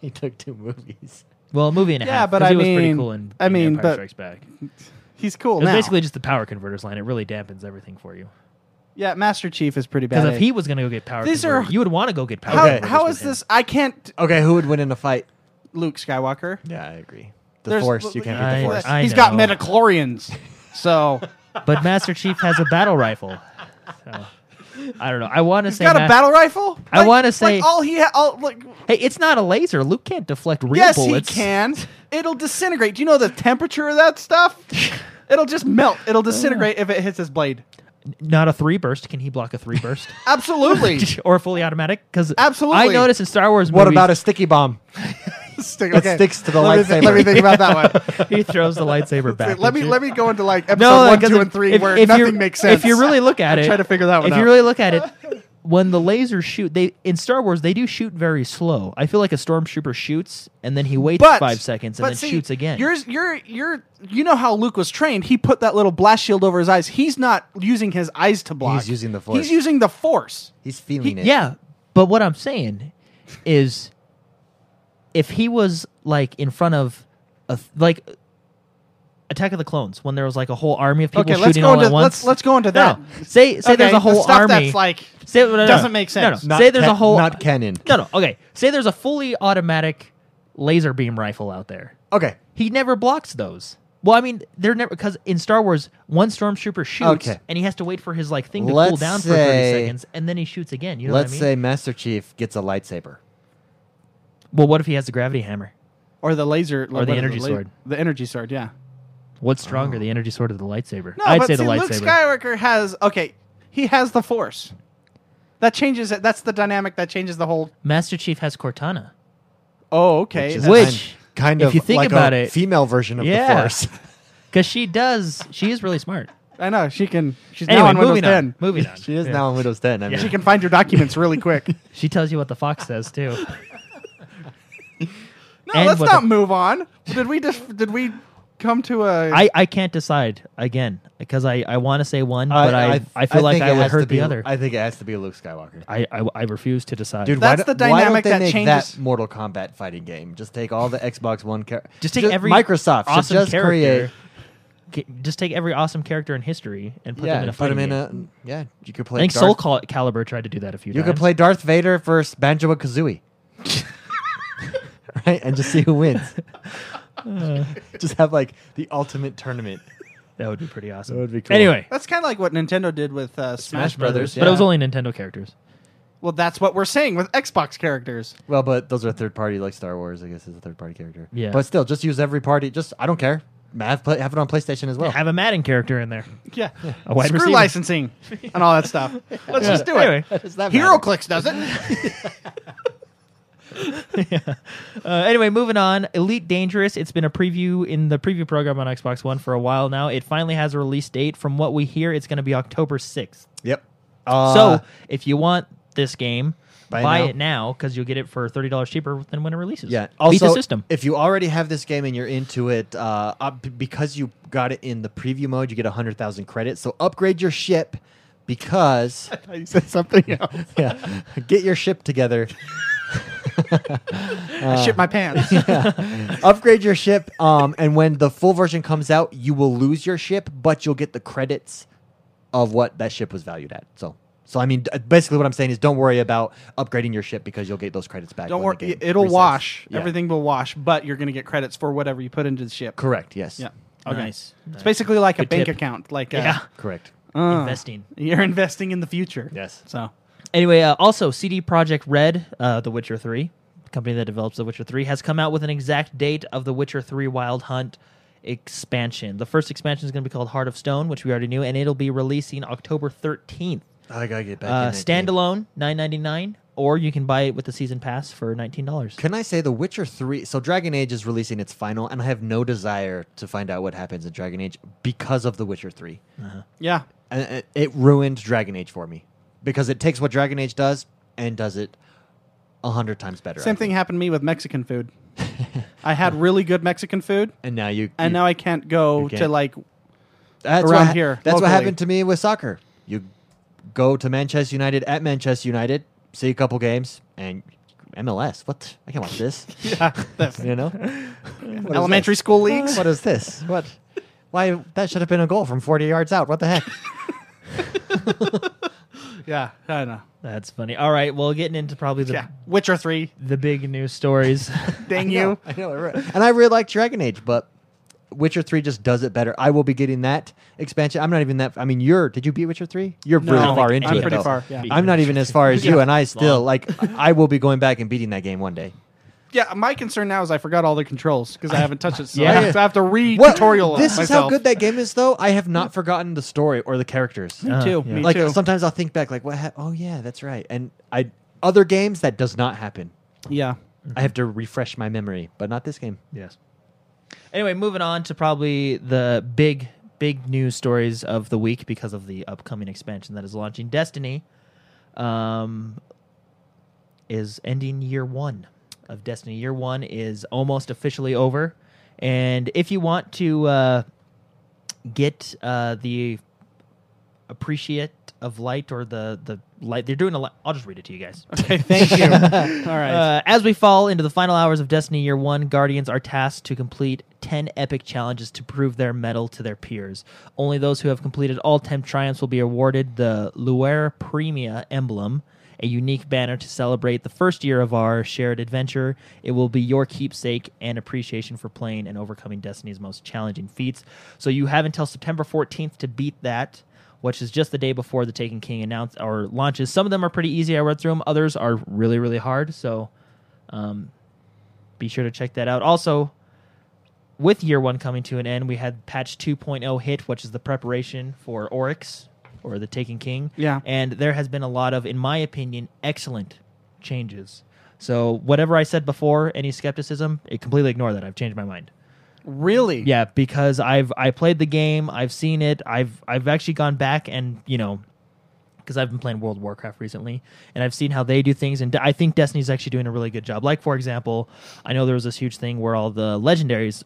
He took two movies. Well, a movie and a Yeah, half. but 'cause I he was pretty mean- cool in, I in mean, Empire but- Strikes Back. he's cool It was now. basically just the power converters line. It really dampens everything for you. yeah, Master Chief is pretty bad. Because if he was going to go get power, These converters, are- you would want to go get power. how, Okay. converters how with is him. this? I can't. Okay, who would win in a fight? Luke Skywalker. Yeah, I agree. The There's- Force, you can't I- beat the Force. I- He's got know. metachlorians. So but Master Chief has a battle rifle. So, I don't know. I want to say Got a Ma- battle rifle? I wanna say- like all he ha- all like Hey, it's not a laser. Luke can't deflect real yes bullets. he can. It'll disintegrate. Do you know the temperature of that stuff? It'll just melt. It'll disintegrate if it hits his blade. Not a three burst. Can he block a three burst Absolutely. or a fully automatic? Because I Absolutely. noticed in Star Wars, What movies, about a sticky bomb? Stick- It sticks to the let me thi- lightsaber. let me think about that one. he throws the lightsaber back? let me at you. let me go into like episode no, one, because two, if- and three if- where if you're- nothing makes sense. If you really look at it, trying to figure that one if out. you really look at it, when the lasers shoot, they in Star Wars they do shoot very slow. I feel like a stormtrooper shoots and then he waits but five seconds and but then see, shoots again. Yours, you're you're you know how Luke was trained. He put that little blast shield over his eyes. He's not using his eyes to block. He's using the force. He's using the force. He's feeling it. yeah, but what I'm saying is, if he was like in front of a th- like. Attack of the Clones, when there was like a whole army of people Okay, shooting let's go all at into once. let's let's go into No. that. Say say okay, there's a whole the stuff army. that's like say, no, no, no. doesn't make No, no. sense. Not Say there's ca- a whole not canon. No, no. Okay. Say there's a fully automatic laser beam rifle out there. Okay. He never blocks those. Well, I mean, they're never because in Star Wars, one stormtrooper shoots Okay. and he has to wait for his like thing to cool Let's down for thirty say- seconds, and then he shoots again. You know Let's what I mean? say Master Chief gets a lightsaber. Well, what if he has the gravity hammer? or the laser Or the energy sword. The energy sword, yeah. What's stronger, the energy sword or the lightsaber? No, I'd but say see, the Luke lightsaber. Skywalker has okay. He has the force. That changes it. That's the dynamic that changes the whole. Master Chief has Cortana. Oh, okay. Which is is Which, kind, kind if of you think like about a it- female version of Yeah. the force. Because she does, she is really smart. I know she can. She's Anyway, now on Windows moving on. 10. Moving on. She is Yeah. now on Windows 10. I mean, She can find your documents really quick. no, She tells you what the fox says too. And let's what not the- move on. Did we just? Did we come to a? I, I can't decide again because I, I want to say one, but I, I, feel like think I it would has to hurt be- the other. I, I think it has to be Luke Skywalker. I, I refuse to decide. Dude, That's why the don't- why don't dynamic they that make changes- that Mortal Kombat fighting game. Just take all the Xbox One characters. just take every Microsoft should awesome just character, create. ca- just take every awesome character in history and put yeah, them in a put fighting them in game. a yeah. You could I play. think Darth, Soul Cal- Calibur tried to do that a few You times. could play Darth Vader versus Banjo and Kazooie, right? And just see who wins. Uh. just have like the ultimate tournament. That would be pretty awesome. That would be cool. Anyway, that's kind of like what Nintendo did with uh, Smash, Smash Brothers. Brothers, but it was yeah. only Nintendo characters. Well, that's what we're saying with Xbox characters. Well, but those are third party, like Star Wars. I guess is a third party character. Yeah. but still, just use every party. Just I don't care. Have, play, have it on PlayStation as well. Have a Madden character in there. Yeah. A wide Screw receiver. licensing and all that stuff. Let's just do it. Anyway. Does that Hero matter? Clicks does it. Uh, anyway, moving on. Elite Dangerous. It's been a preview in the preview program on Xbox One for a while now. It finally has a release date. From what we hear, it's going to be October sixth. Yep. Uh, so if you want this game, buy, buy it now. it now because you'll get it for thirty dollars cheaper than when it releases. Yeah. also, Also, beat the system. if you already have this game and you're into it, uh, up, because you got it in the preview mode, you get hundred thousand credits. So upgrade your ship because You said something else. yeah, get your ship together. I shit my pants. upgrade your ship, um, and when the full version comes out, you will lose your ship, but you'll get the credits of what that ship was valued at. So. So I mean, d- basically, what I'm saying is, don't worry about upgrading your ship because you'll get those credits back. Don't when worry, the game it'll resets. wash. Yeah. Everything will wash, but you're going to get credits for whatever you put into the ship. Correct. Yes. Yeah. Nice. It's basically like a Good bank tip. account. Like uh, Yeah. Correct. uh, Investing. You're investing in the future. Yes. So Anyway, uh, also CD Project Red, uh, The Witcher Three, the company that develops The Witcher Three, has come out with an exact date of The Witcher Three Wild Hunt expansion. The first expansion is going to be called Heart of Stone, which we already knew, and it'll be releasing October thirteenth. I gotta get back. Uh, in that game. standalone nine ninety nine, or you can buy it with the season pass for nineteen dollars. Can I say The Witcher 3? So, Dragon Age is releasing its final, and I have no desire to find out what happens in Dragon Age because of The Witcher 3. yeah, And- and uh, It ruined Dragon Age for me because it takes what Dragon Age does and does it a hundred times better. I same think. thing happened to me with Mexican food. I had really good Mexican food, And now you. and you- now I can't go You can't. to like. that's around what, ha- here, That's locally. what happened to me with soccer. You go to Manchester United at Manchester United, see a couple games, and MLS. What? I can't watch this. Yeah, that's- You know? What is elementary this? school leagues. What is this? What? Why that should have been a goal from 40 yards out. What the heck? Yeah, I know. That's funny. All right, well, getting into probably the Yeah, Witcher Three. the big news stories. Dang I know, you. I know, right. And I really liked Dragon Age, but Witcher Three just does it better. I will be getting that expansion. I'm not even that. I mean, you're. Did you beat Witcher Three? You're No, pretty I don't far think into I'm it. pretty though. far, yeah. I'm not even as far as you, and I still like. I will be going back and beating that game one day. Yeah, my concern now is I forgot all the controls because I haven't touched it. So, Yeah. I, so I have to read What- tutorial. This is myself. how good that game is, though. I have not forgotten the story or the characters. Me too. yeah. Uh, Me like too. sometimes I'll think back, like, what? Ha- oh yeah, that's right. And I other games that does not happen. yeah. I have to refresh my memory, but not this game. Yes. Anyway, moving on to probably the big, big news stories of the week because of the upcoming expansion that is launching. Destiny um, is ending year one of Destiny. Year one is almost officially over. And if you want to uh, get uh, the appreciate of light or the, the light, they're doing a lot. I'll just read it to you guys. Okay, thank you. all right. Uh, as we fall into the final hours of Destiny Year One, Guardians are tasked to complete 10 epic challenges to prove their medal to their peers. Only those who have completed all 10 triumphs will be awarded the Luer Premia emblem, a unique banner to celebrate the first year of our shared adventure. It will be your keepsake and appreciation for playing and overcoming Destiny's most challenging feats. So you have until September 14th to beat that which is just the day before the Taken King announce or launches. Some of them are pretty easy. I read through them. Others are really really hard. So, um, be sure to check that out. Also, with year one coming to an end, we had patch 2.0 hit, which is the preparation for Oryx or the Taken King. Yeah. and there has been a lot of, in my opinion, excellent changes. So whatever I said before, any skepticism, it completely ignore that. I've changed my mind. really? Yeah, because I've I played the game, I've seen it, I've I've actually gone back and you know, because I've been playing World of Warcraft recently, and I've seen how they do things, and I think Destiny's actually doing a really good job. Like for example, I know there was this huge thing where all the legendaries.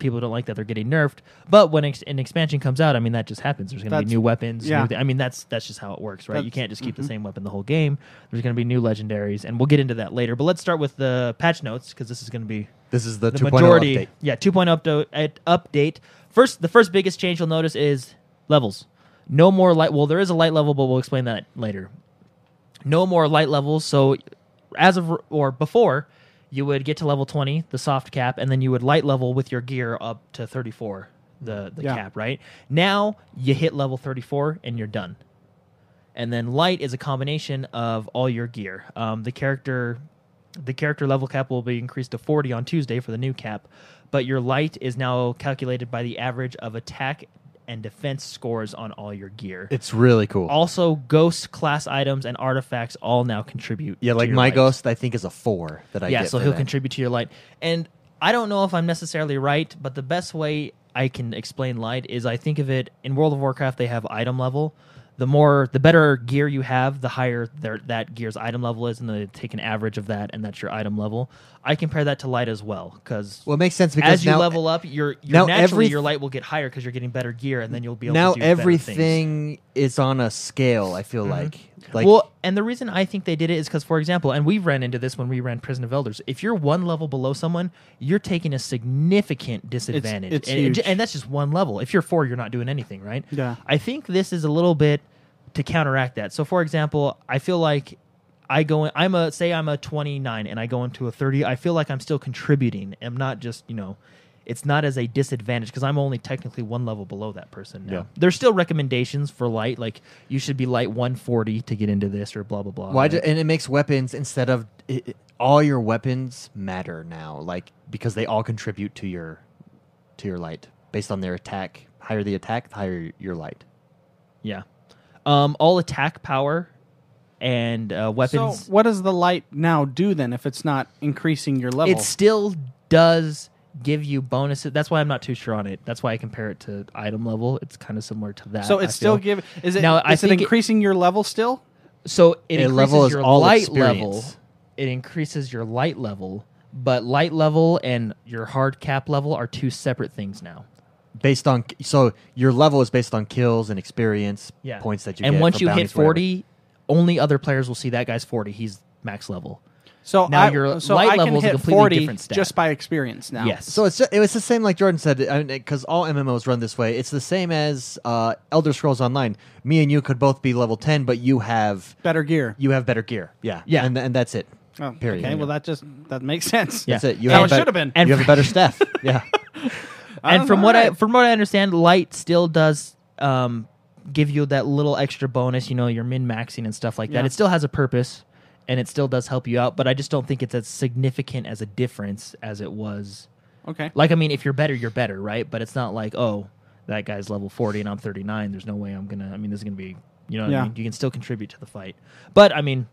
People don't like that they're getting nerfed, but when ex- an expansion comes out, I mean that just happens. There's going to be That's- new weapons. new yeah. thi- I mean that's that's just how it works, right? You That's- mm-hmm. can't just keep the same weapon the whole game. There's going to be new legendaries, and we'll get into that later. But let's start with the patch notes because this is going to be This is the, the 2.0 majority, update. yeah, 2.0 updo- at- update. First, the first biggest change you'll notice is levels. No more light. Well, there is a light level, but we'll explain that later. No more light levels. So, as of r- or before, you would get to level 20, the soft cap, and then you would light level with your gear up to 34, the the Yeah. cap. Right now, you hit level 34 and you're done. And then light is a combination of all your gear. Um, the character the character level cap will be increased to 40 on Tuesday for the new cap, but your light is now calculated by the average of attack and defense scores on all your gear. It's really cool. Also, ghost class items and artifacts all now contribute. yeah, to like your my light. ghost, I think is a four that I yeah, get so for he'll that. contribute to your light. And I don't know if I'm necessarily right, but the best way I can explain light is I think of it in World of Warcraft. They have item level. The more, the better gear you have, the higher their, that gear's item level is, and they take an average of that, and that's your item level. I compare that to light as well, because Well, it makes sense because as you now, level up, your now your naturally every- your light will get higher because you're getting better gear, and then you'll be able now to do better things. Mm-hmm. everything is on a scale. I feel like like well, and the reason I think they did it is because, for example, and we ran into this when we ran Prison of Elders. If you're one level below someone, you're taking a significant disadvantage, it's and, huge. and that's just one level. If you're four, you're not doing anything, right? Yeah. I think this is a little bit to counteract that. So, for example, I feel like I go, in, I'm a say I'm a 29 and I go into a 30. I feel like I'm still contributing. I'm not just you know. It's not as a disadvantage because I'm only technically one level below that person now. Yeah. There's still recommendations for light, like you should be light 140 to get into this or blah blah blah. why? right? Do, and it makes weapons instead of it, it- all your weapons matter now, like because they all contribute to your to your light based on their attack. Higher the attack, the higher your light. yeah, um, all attack power and uh, So, weapons. what does the light now do then if it's not increasing your level? it still does give you bonuses. That's why I'm not too sure on it. That's why I compare it to item level. It's kind of similar to that. so I it's still feel. give. Is it? Now, is I it think it- increasing your level still? So it A increases level is your all light experience. level. It increases your light level, but light level and your hard cap level are two separate things now. Based on so your level is based on kills and experience points that you and get once for you hit bounties, whatever. 40, only other players will see that guy's 40. He's max level. So Now I, your so light I can level is a hit completely 40 different stat. just by experience now. Yes. So it's just, it was the same like Jordan said because I mean, 'cause all MMOs run this way. It's the same as uh, Elder Scrolls Online. Me and you could both be level ten, but you have Better gear. you have better gear. Yeah, Yeah. and and that's it. Oh, Period. Okay. Well, that just that makes sense. That's Yeah. it. You How have it bet- should have been. And- you have a better staff. Yeah, Oh, and from what I alright. from what I understand, light still does um, give you that little extra bonus. You know, your min maxing and stuff like Yeah. that. It still has a purpose, and it still does help you out. But I just don't think it's as significant as a difference as it was. Okay. Like, I mean, if you're better, you're better, right? But it's not like oh, that guy's level forty and I'm thirty nine. There's no way I'm gonna. I mean, this is gonna be. You know, what Yeah. I mean? you can still contribute to the fight. But I mean,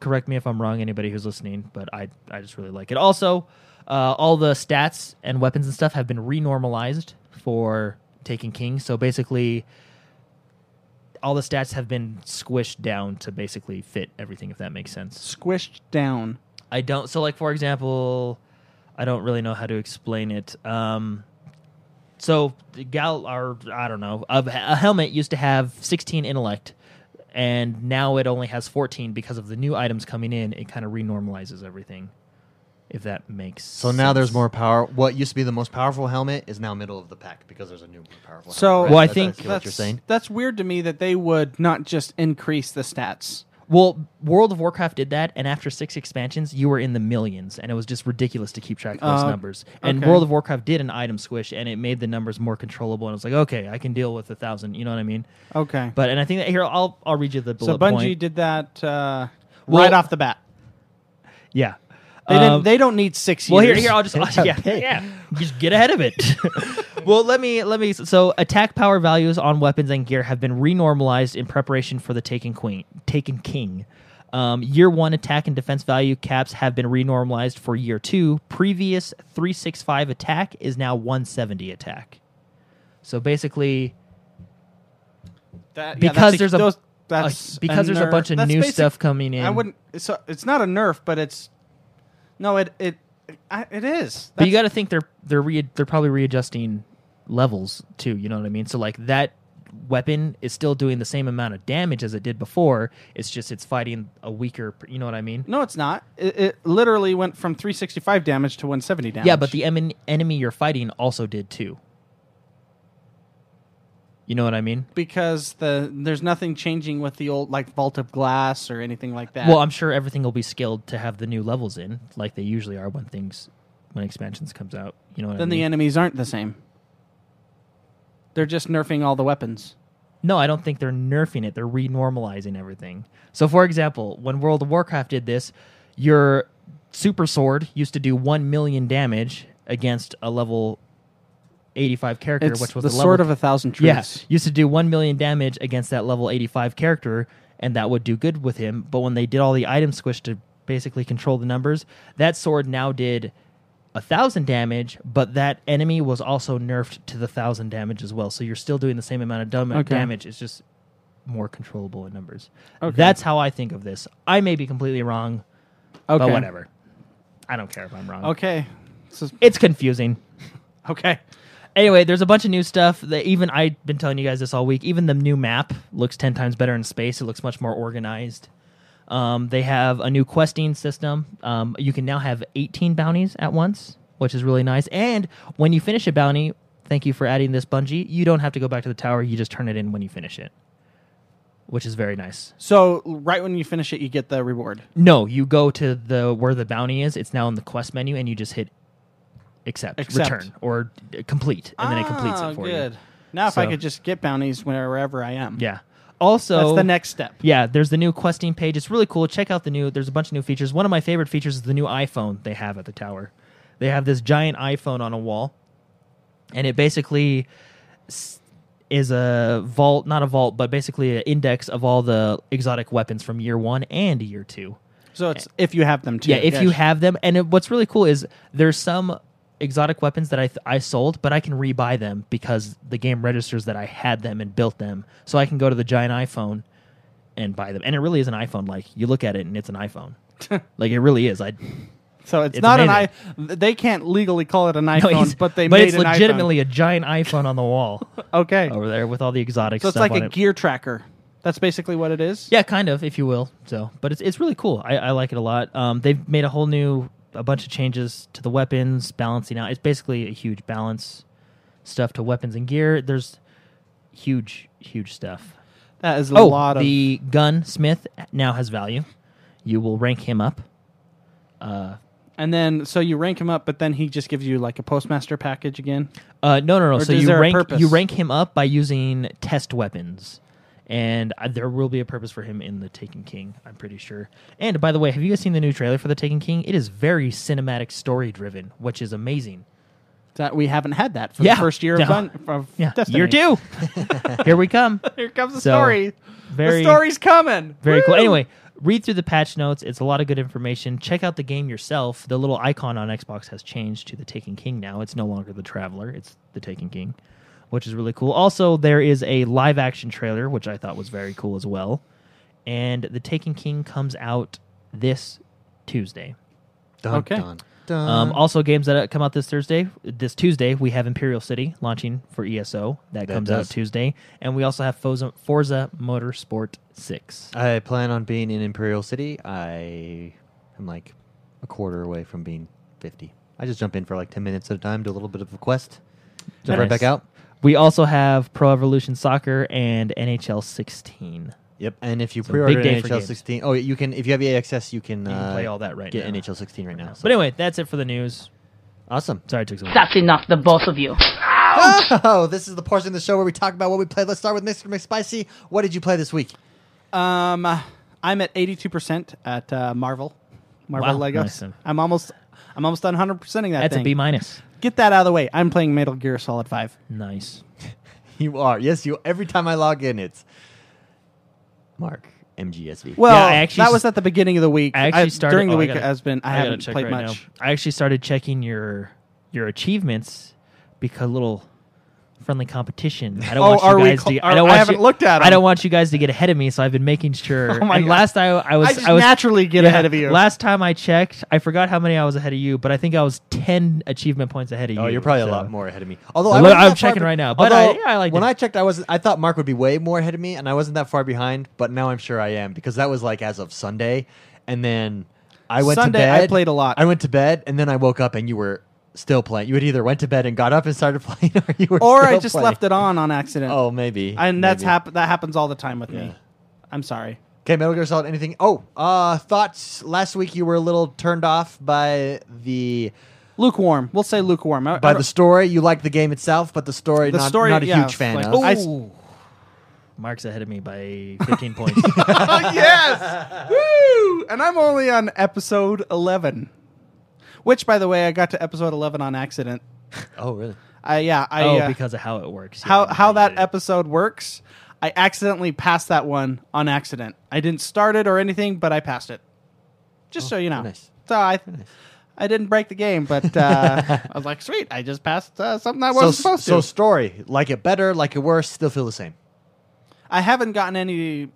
correct me if I'm wrong, anybody who's listening, but I, I just really like it. Also, uh, all the stats and weapons and stuff have been renormalized for Taken King. So basically, all the stats have been squished down to basically fit everything, if that makes sense. Squished down. I don't. So, like, for example, I don't really know how to explain it. Um, so, the gal, or I don't know, a, a helmet used to have 16 intellect, and now it only has 14 because of the new items coming in. It kind of renormalizes everything, if that makes So now there's sense. more power. What used to be the most powerful helmet is now middle of the pack because there's a new more powerful. So- helmet, Well, I That's think basically what you're saying. That's weird to me that they would not just increase the stats. Well, World of Warcraft did that, and after six expansions, you were in the millions, and it was just ridiculous to keep track of those Uh, numbers. And okay. World of Warcraft did an item squish, and it made the numbers more controllable. And I was like, okay, I can deal with a thousand. You know what I mean? Okay. But and I think that here I'll I'll read you the bullet so Bungie point. did that uh, Well- right off the bat. yeah. They, Um, didn't, they don't need six years. well, here, here I'll just Pick up yeah, pick. yeah, just get ahead of it. well, let me let me. So, attack power values on weapons and gear have been renormalized in preparation for the Taken Queen, Taken King. Um, year one attack and defense value caps have been renormalized for year two. Previous three six five attack is now one seventy attack. So basically, That- yeah, because that's there's a, those- a- that's because there's a nerf. bunch of That's new basic- stuff coming in. I wouldn't. So it's not a nerf, but it's no. It it I- it is. But you That's- got to think they're they're re- they're probably readjusting levels too. You know what I mean? So like that weapon is still doing the same amount of damage as it did before. It's just it's fighting a weaker. You know what I mean? no, it's not. It, it literally went from 365 damage to 170 damage. Yeah, but the em- enemy you're fighting also did too. You know what I mean? because the there's nothing changing with the old like vault of glass or anything like that. Well, I'm sure everything will be scaled to have the new levels in, like they usually are when things when expansions comes out. You know what then I mean? the enemies aren't the same. They're just nerfing all the weapons. No, I don't think they're nerfing it. They're renormalizing everything. So, for example, when World of Warcraft did this, your super sword used to do 1 million damage against a level 85 character, It's which was the a level sword of a thousand Yes, truths. used to do 1 million damage against that level 85 character, and that would do good with him. But when they did all the item squish to basically control the numbers, that sword now did a thousand damage, but that enemy was also nerfed to the thousand damage as well. So you're still doing the same amount of dam- Okay. damage. It's just more controllable in numbers. Okay. That's how I think of this. I may be completely wrong, Okay. but whatever. I don't care if I'm wrong. Okay. This is- It's confusing okay. anyway, there's a bunch of new stuff that even I've been telling you guys this all week. Even the new map looks 10 times better in space, it looks much more organized. Um, they have a new questing system. Um, you can now have 18 bounties at once, which is really nice. And when you finish a bounty, thank you for adding this Bungie, you don't have to go back to the tower. You just turn it in when you finish it, which is very nice. So right when you finish it, you get the reward. No, you go to the where the bounty is. It's now in the quest menu, and you just hit accept, Accept. return, or uh, complete, and then it completes Ah, it for good. you. Now, if I So- could just get bounties wherever I am. Yeah. Also, That's the next step. Yeah, there's the new questing page. It's really cool. Check out the new. There's a bunch of new features. One of my favorite features is the new iPhone they have at the tower. They have this giant iPhone on a wall, and it basically s- is a vault, not a vault, but basically an index of all the exotic weapons from year one and year two. So it's if you have them too. Yeah, if you Yes. have them, and it, what's really cool is there's some exotic weapons that I th- I sold, but I can rebuy them because the game registers that I had them and built them, so I can go to the giant iPhone and buy them. And it really is an iPhone. Like you look at it, and it's an iPhone. like it really is. I So it's, it's not amazing. an i. They can't legally call it an no, iPhone, it's- but they but made it's an iPhone. legitimately a giant iPhone on the wall okay. over there with all the exotic. So it's stuff like on a it. gear tracker. That's basically what it is. Yeah, kind of, if you will. So, but it's it's really cool. I, I like it a lot. Um, they've made a whole new a bunch of changes to the weapons balancing out. It's basically a huge balance stuff to weapons and gear. There's huge huge stuff. That is a oh, lot of the gunsmith now has value. You will rank him up. Uh, And then so you rank him up, but then he just gives you like a postmaster package again. Uh, no, no, no. Or so is you there a rank purpose? you rank him up by using test weapons, and uh, there will be a purpose for him in the Taken King. I'm pretty sure. And by the way, have you guys seen the new trailer for the Taken King? It is very cinematic, story driven, which is amazing. That we haven't had that for Yeah. the first year of, Yeah. Dun- of Yeah, Destiny. year two. Here we come. Here comes the So, story. the Very, story's coming. very cool. Woo! Anyway, read through the patch notes. It's a lot of good information. Check out the game yourself. The little icon on Xbox has changed to the Taken King now. It's no longer the Traveler. It's the Taken King, which is really cool. Also, there is a live action trailer, which I thought was very cool as well. And the Taken King comes out this Tuesday. Dun, Okay. Dun, dun. Um, also, games that come out this Thursday, this Tuesday, we have Imperial City launching for ESO. That, That comes does. out Tuesday, and we also have Forza, Forza Motorsport Six. I plan on being in Imperial City. I am like a quarter away from being 50. I just jump in for like 10 minutes at a time, do a little bit of a quest, jump right Nice. back out. We also have Pro Evolution Soccer and NHL 16. Yep. And if you So, pre-order big day for NHL games. 16, oh, you can if you have EA access, you can, You can uh, play all that right get now. NHL 16 right now. So. But anyway, that's it for the news. awesome. Sorry, it took so long. That's enough, the both of you. Oh, this is the portion of the show where we talk about what we played. Let's start with Mr. McSpicy. What did you play this week? Um, uh, I'm at 82% at uh, Marvel, Marvel Wow, Legos. nice. I'm almost, I'm almost done 100 percenting that That's thing. a B minus. Get that out of the way. I'm playing Metal Gear Solid 5. Nice. You are. Yes, you. Every time I log in, it's Mark MGSV. Well, I actually that s- was at the beginning of the week. I actually started during the oh, I week. gotta- has been I, gotta haven't check played right much. now. I actually started checking your your achievements because little friendly competition. I don't Oh, want you are we guys cl- to. are- I don't I want haven't you- looked at I 'em. don't want you guys to get ahead of me, so I've been making sure. Oh my and God. last I I was I just was naturally get yeah, ahead of you. Last time I checked, I forgot how many I was ahead of you, but I think I was ten achievement points ahead of you. Oh, you're probably so- a lot more ahead of me. Although I Look, wasn't I'm that far checking be- right now, but I- although yeah, I liked when it. I checked, I was I thought Mark would be way more ahead of me, and I wasn't that far behind. But now I'm sure I am because that was like as of Sunday, and then I went Sunday, to bed. I played a lot. I went to bed, and then I woke up, and you were still playing. You had either went to bed and got up and started playing, or you were or I still just playing. left it on on accident. Oh, maybe. and that's maybe. hap- that happens all the time with Yeah. me. I'm sorry. Okay, Metal Gear Solid. Anything? Oh, uh, thoughts. Last week you were a little turned off by the Lukewarm. We'll say lukewarm. I- I by don't- the story. You liked the game itself, but the story The not, story, not a yeah, huge fan like, of. oh, I s- Ooh. Mark's ahead of me by 15 points. yes! Woo! And I'm only on episode 11. Which, by the way, I got to episode 11 on accident. oh, really? I yeah, I oh, uh, because of how it works. Yeah, how I how that get it. episode works. I accidentally passed that one on accident. I didn't start it or anything, but I passed it. Just so you know. Oh, nice. So I I didn't break the game, but uh, I was like, sweet, I just passed uh, something I So, wasn't supposed so to. story. Like it better, like it worse, still feel the same. I haven't gotten any.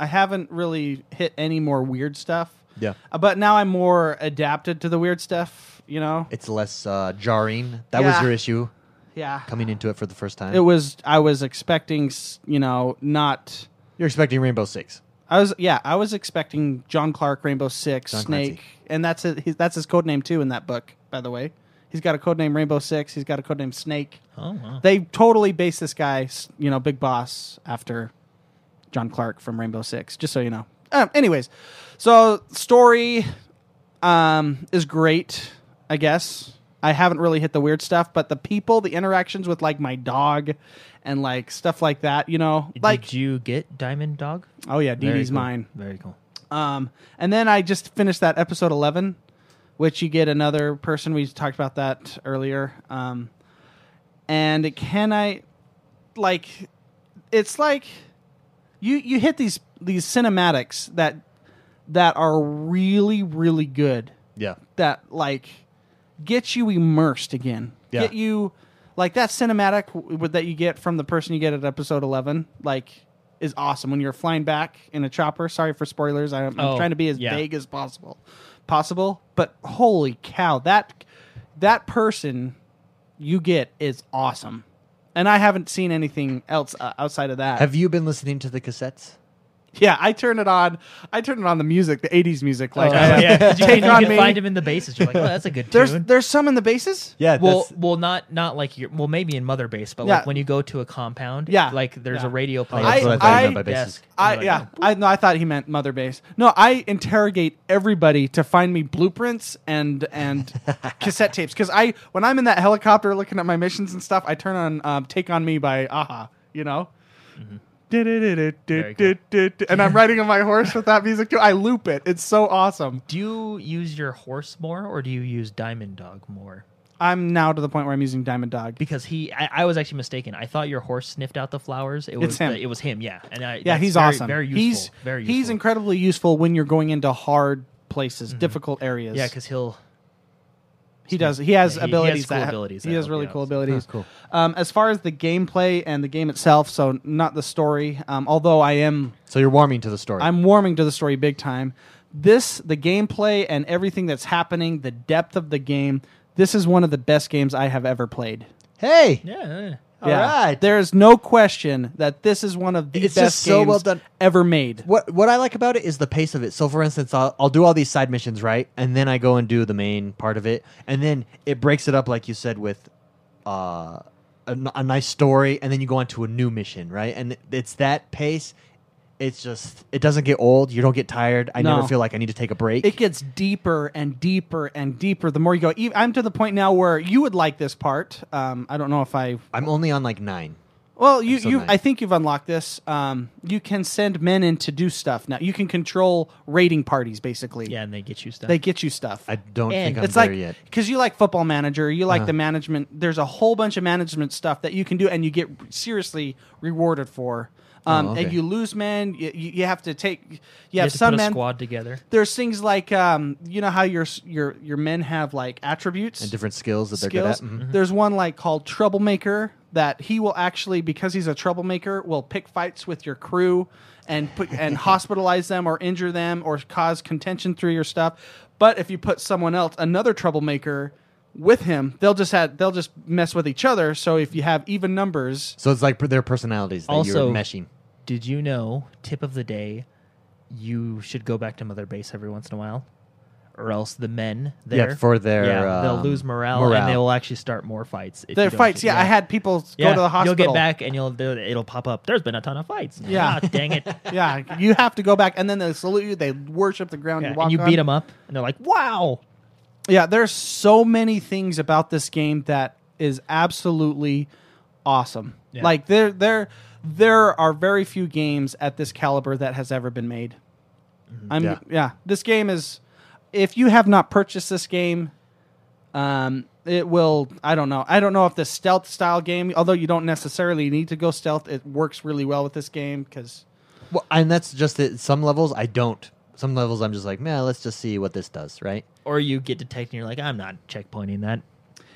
I haven't really hit any more weird stuff. Yeah. Uh, But now I'm more adapted to the weird stuff. You know. It's less uh, jarring. That was Yeah. your issue Yeah. coming into it for the first time. It was. I was expecting. s- You know, not. You're expecting Rainbow Six. I was. Yeah. I was expecting John Clark, Rainbow Six, John Snake, Clancy. and that's it. His, that's his code name too in that book. By the way, he's got a code name Rainbow Six. He's got a code name Snake. Oh, wow. They totally based this guy, s- you know, Big Boss after John Clark from Rainbow Six, just so you know. Um, anyways, so story um, is great, I guess. I haven't really hit the weird stuff, but the people, the interactions with like my dog and like stuff like that, you know, like Did you get Diamond Dog? oh yeah, Dee Very Dee's cool. mine. Very cool. Um, and then I just finished that episode 11, which you get another person. We talked about that earlier. Um, and can I, like, it's like you you hit these these cinematics that that are really really good Yeah. that like get you immersed again. Yeah. Get you like that cinematic w- w- that you get from the person you get at episode 11 like is awesome when you're flying back in a chopper. Sorry for spoilers. I, I'm Oh, trying to be as yeah. vague as possible. Possible, but holy cow, that that person you get is awesome. And I haven't seen anything else uh, outside of that. Have you been listening to the cassettes? Yeah, I turn it on. I turn it on the music, the '80s music. Like, Oh, yeah, 'cause you, take can, you on can me. find him in the bases. You're like, oh, that's a good there's tune. there's some in the bases. Yeah, well, that's, well, not not like your well, maybe in mother base, but Yeah. like when you go to a compound, Yeah. like there's Yeah. a radio player. that's with what a I thought you big meant by bases. desk, and I you're like, yeah. oh, I no, I thought he meant mother base. No, I interrogate everybody to find me blueprints and and cassette tapes because I when I'm in that helicopter looking at my missions and stuff, I turn on um, "Take on Me" by Aha. You know. Mm-hmm. Very cool. Du-du-du-du-du-du-du-du. And I'm riding on my horse with that music too. I loop it. It's so awesome. Do you use your horse more, or do you use Diamond Dog more? I'm now to the point where I'm using Diamond Dog. Because he, I, I was actually mistaken. I thought your horse sniffed out the flowers. It was him. it was him. Yeah, and I, Yeah, that's he's very- awesome. Very useful. He's very useful. Mm-hmm. he's incredibly useful when you're going into hard places, difficult areas. Yeah, because he'll He does. He has Yeah, he- he has abilities. cool that, abilities He that has help really you cool out. abilities. Oh, cool. Um, as far as the gameplay and the game itself, so not the story. Um, although I am, So you're warming to the story. I'm warming to the story big time. This, the gameplay and everything that's happening, the depth of the game. This is one of the best games I have ever played. hey, yeah. yeah. all right. There is no question that this is one of the It's best just so games well done. ever made. What what I like about it is the pace of it. So for instance, I'll, I'll do all these side missions, right? And then I go and do the main part of it, and then it breaks it up like you said with uh, a, n- a nice story, and then you go on to a new mission, right? And it's that pace. It's just it doesn't get old. You don't get tired. I No. never feel like I need to take a break. it gets deeper and deeper and deeper the more you go. Ev- I'm to the point now where you would like this part. Um, I don't know if I I'm only on like nine. Well, you, so you nice. I think you've unlocked this. Um, you can send men in to do stuff now. You can control raiding parties basically. and they get you stuff. They get you stuff. I don't And think I'm it's there like yet. Uh-huh. because you like football manager, you like the management. There's a whole bunch of management stuff that you can do, and you get seriously rewarded for. Um, Oh, And okay. you lose men. You, you you have to take. You, you have, have to some put a men. squad together. There's things like um, you know how your s- your your men have like attributes And different skills that they're good at. skills. Mm-hmm. Mm-hmm. Mhm. There's one like called Troublemaker that he will actually, because he's a troublemaker, will pick fights with your crew and put and hospitalize them or injure them or cause contention through your stuff. But if you put someone else, another troublemaker, with him, they'll just have they'll just mess with each other. So if you have even numbers, So it's like their personalities that Also- you're meshing. Did you know? Tip of the day: you should go back to mother base every once in a while, or else the men there Yeah, for their yeah, they'll um, lose morale, morale. and they will actually start more fights. if their you don't- fights. Yeah, I had people go to the hospital. You'll get back and you'll do- it'll pop up. There's been a ton of fights. Yeah. Ah, dang it. Yeah, Yeah, you have to go back, and then they salute you. They worship the ground you walk and you on. beat them up, and they're like, "Wow." Yeah, there's so many things about this game that is absolutely awesome. Yeah. Like there there there are very few games at this caliber that has ever been made. I'm yeah. Yeah. This game is if you have not purchased this game, um it will I don't know. I don't know if the stealth style game, although you don't necessarily need to go stealth, it works really well with this game cuz Well, and that's just at some levels I don't. Some levels I'm just like, man, let's just see what this does, right? Or you get detected, and you're like, "I'm not checkpointing that."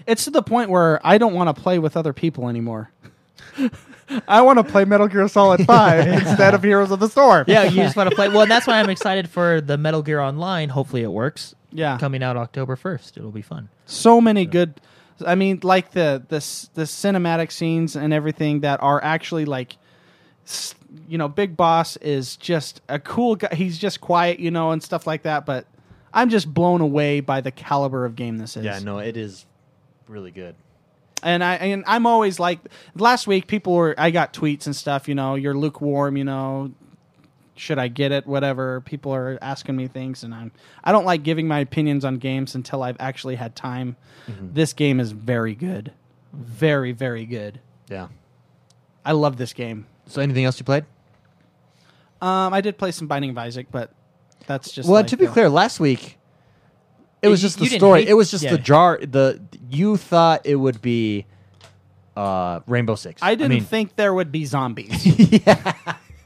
it's to the point where I don't want to play with other people anymore. I want to play Metal Gear Solid 5 instead of Heroes of the Storm. Yeah, you just want to play. Well, and that's why I'm excited for the Metal Gear Online. Hopefully, it works. Yeah. coming out October first. It'll be fun. So many good I mean like the the s- the cinematic scenes and everything that are actually like s- you know Big Boss is just a cool guy. He's just quiet, you know, and stuff like that, but I'm just blown away by the caliber of game this is. Yeah, no, it is really good. and I and I'm always like last week people were I got tweets and stuff, you know, you're lukewarm, you know, should I get it whatever. People are asking me things and I'm I don't like giving my opinions on games until I've actually had time. Mm-hmm. This game is very good. Very very good. Yeah. I love this game. So anything else you played? Um I did play some Binding of Isaac, but that's just well, like uh, to be the- clear, last week it You- was just you the didn't story. hate- it was just yeah. the jar. The you thought it would be uh, Rainbow Six. I didn't mean, think there would be zombies.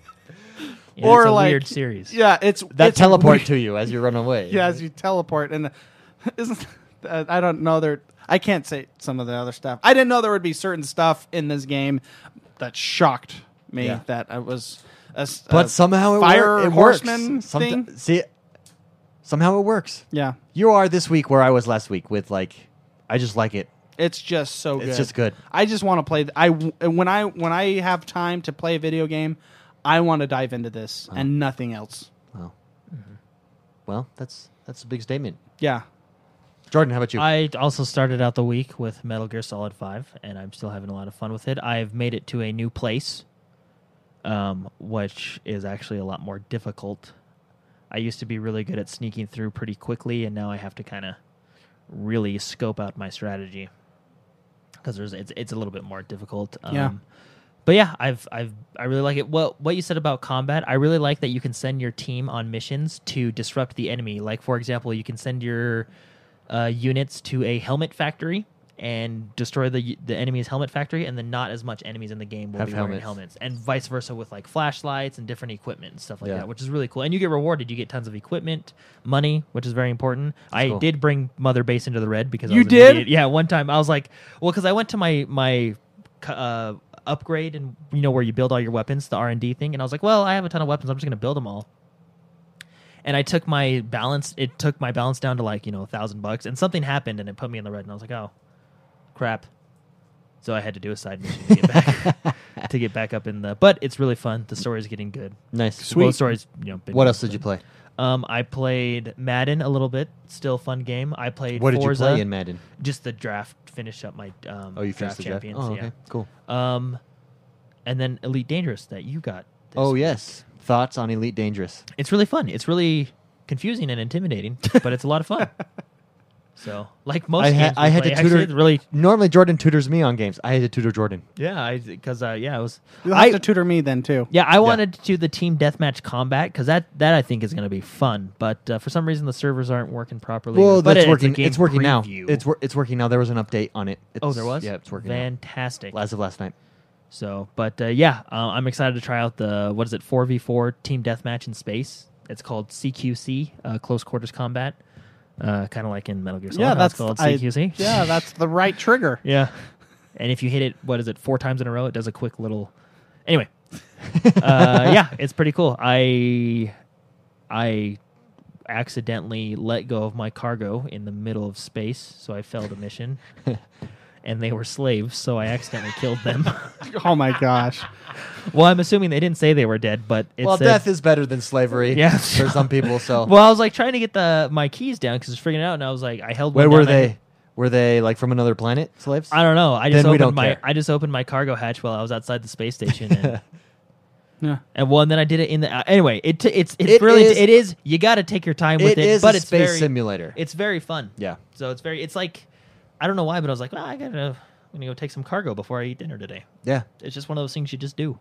Yeah, Or it's a like- weird series. yeah, it's that it's teleport to you as you run away. yeah, as you teleport and isn't uh, I don't know there I can't say some of the other stuff. I didn't know there would be certain stuff in this game that shocked me Yeah. that I was a, s- but a somehow it wor- uh, fire it horseman works. thing. Someti- see, somehow it works. yeah, You are this week where I was last week with like, I just like it. it's just so good. It's just good. I just want to play th- I w- when I when I have time to play a video game, I want to dive into this and nothing else. Well, Mm-hmm. well, that's that's a big statement. Yeah. Jordan, how about you? I also started out the week with Metal Gear Solid 5, and I'm still having a lot of fun with it. I've made it to a new place, um, which is actually a lot more difficult. I used to be really good at sneaking through pretty quickly, and now I have to kind of really scope out my strategy because there's it's, it's a little bit more difficult. Um, Yeah. But yeah, I've I've I really like it. What what you said about combat, I really like that you can send your team on missions to disrupt the enemy. Like for example, you can send your uh, units to a helmet factory and destroy the the enemy's helmet factory, and then not as much enemies in the game will Have be wearing helmets. helmets, and vice versa with like flashlights and different equipment and stuff like Yeah. that, which is really cool. And you get rewarded; you get tons of equipment, money, which is very important. I cool. did bring Mother Base into the red because I You was an did? idiot. Yeah, one time I was like, well, because I went to my my c- uh, upgrade and you know where you build all your weapons, the R and D thing, and I was like, well, I have a ton of weapons, I'm just gonna build them all. And I took my balance. It took my balance down to like you know a thousand bucks, and something happened, and it put me in the red. And I was like, oh, crap. So I had to do a side mission to get back to get back up in the. But it's really fun. The story's getting good. nice. Sweet. Both stories, you know. been What good, else did you but- play? um, I played Madden a little bit. Still a fun game. I played. What did you Forza, play in Madden? Just the draft. Finish up my. Um, Oh, you finished draft the draft. champions. Oh, okay, cool. Yeah. Um, and then Elite Dangerous that you got. this Oh week. yes, thoughts on Elite Dangerous? it's really fun. It's really confusing and intimidating, but it's a lot of fun. So, like most I, ha- games, we I had play, to tutor. actually, it's really. Normally, Jordan tutors me on games. I had to tutor Jordan. Yeah, I because uh, yeah, I was. You'll have I, to tutor me then too. Yeah, I wanted to do the team deathmatch combat because that that I think is going to be fun. But uh, for some reason, the servers aren't working properly. Well, but that's it- working. It's, a game it's working preview. now. It's wor- it's working now. There was an update on it. It's, oh, there was. Yeah, it's working. now. Fantastic. As of last night. So, but uh, yeah, uh, I'm excited to try out the what is it, four v four team deathmatch in space. It's called CQC, uh, close quarters combat, uh, kind of like in Metal Gear Solid. yeah, how it's that's called I- CQC. yeah, that's the right trigger. Yeah. And if you hit it, what is it, four times in a row, it does a quick little. Anyway, uh, yeah, it's pretty cool. I, I accidentally let go of my cargo in the middle of space, so I failed a mission. and they were slaves, so I accidentally killed them. Oh my gosh. well, I'm assuming they didn't say they were dead, but it's well, death is better than slavery. Yeah. for some people. So Well, I was like trying to get the my keys down because I was figuring it out, and I was like, I held. where one were down, I- they? Were they like from another planet? Slaves? I don't know. I just Then we opened don't my care. I just opened my cargo hatch while I was outside the space station, and, Yeah. and well, and then I did it in the uh, anyway. It t- it's it's It really is- it is you got to take your time with it, it is but a it's space very simulator. it's very fun. yeah. So it's very it's like I don't know why, but I was like, well, I gotta I'm gonna go take some cargo before I eat dinner today. Yeah. It's just one of those things you just do.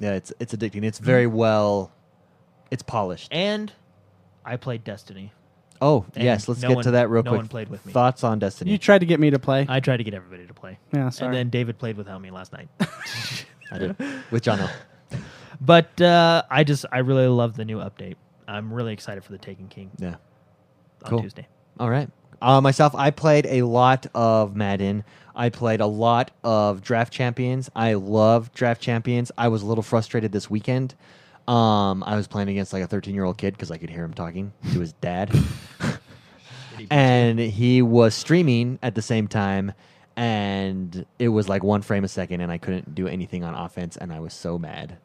Yeah, it's it's addicting. It's very well it's polished. Mm. And I played Destiny. Oh, and yes, let's no get one- to that real no quick. one played with me. Thoughts on Destiny? You tried to get me to play. I tried to get everybody to play. yeah, sorry. And then David played without me last night. I did. With John L. But uh, I just I really love the new update. I'm really excited for the Taken King Yeah. on Cool. Tuesday. All right. Uh, myself, I played a lot of Madden. I played a lot of Draft Champions. I love Draft Champions. I was a little frustrated this weekend. Um, I was playing against like a 13 year old kid because I could hear him talking to his dad. and he was streaming at the same time. And it was like one frame a second, and I couldn't do anything on offense. And I was so mad.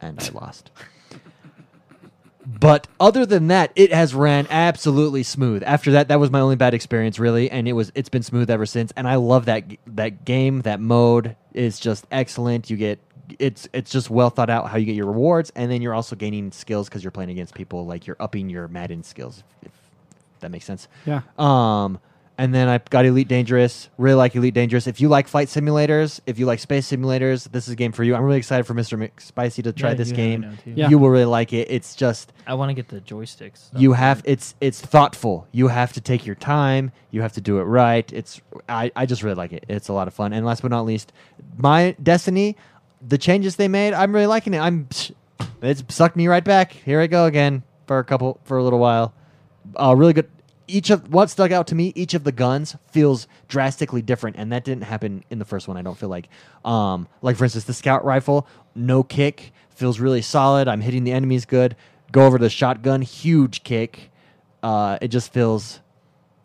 And I lost. But other than that, it has ran absolutely smooth. After that, that was my only bad experience, really, and it was it's been smooth ever since. And I love that g- that game. That mode is just excellent. You get it's it's just well thought out how you get your rewards, and then you're also gaining skills because you're playing against people. Like you're upping your Madden skills, if, if that makes sense. yeah. Um, and then I got Elite Dangerous. Really like Elite Dangerous. If you like flight simulators, if you like space simulators, this is a game for you. I'm really excited for Mr. McSpicy to try Yeah, this you and I know, game. too. Yeah. You will really like it. It's just I want to get the joysticks. you have it's it's thoughtful. You have to take your time. You have to do it right. It's I, I just really like it. It's a lot of fun. And last but not least, my Destiny, the changes they made, I'm really liking it. I'm it's sucked me right back. Here I go again for a couple for a little while. Uh, really good. Each of what stuck out to me, each of the guns feels drastically different, and that didn't happen in the first one. I don't feel like, um, like for instance, the scout rifle, no kick, feels really solid. I'm hitting the enemies good. Go over to the shotgun, huge kick. Uh, it just feels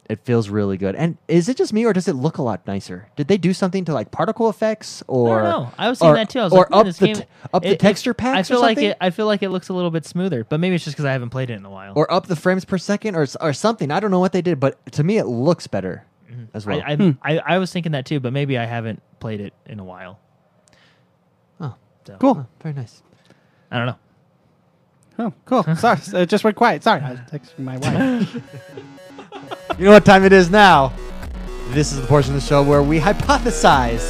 It feels really good. And is it just me, or does it look a lot nicer? Did they do something to like particle effects, or know. I was seeing or- that too. I was or like, man, up this the game- t- up the it- it- texture packs? I feel or like something? it. I feel like it looks a little bit smoother, but maybe it's just because I haven't played it in a while. or up the frames per second, or s- or something. I don't know what they did, but to me, it looks better as well. Hmm. I, I, I I was thinking that too, but maybe I haven't played it in a while. oh, So, oh, Cool. very nice. I don't know. Oh, cool. Sorry, it just went quiet. Sorry, I was texting my wife. You know what time it is now? This is the portion of the show where we hypothesize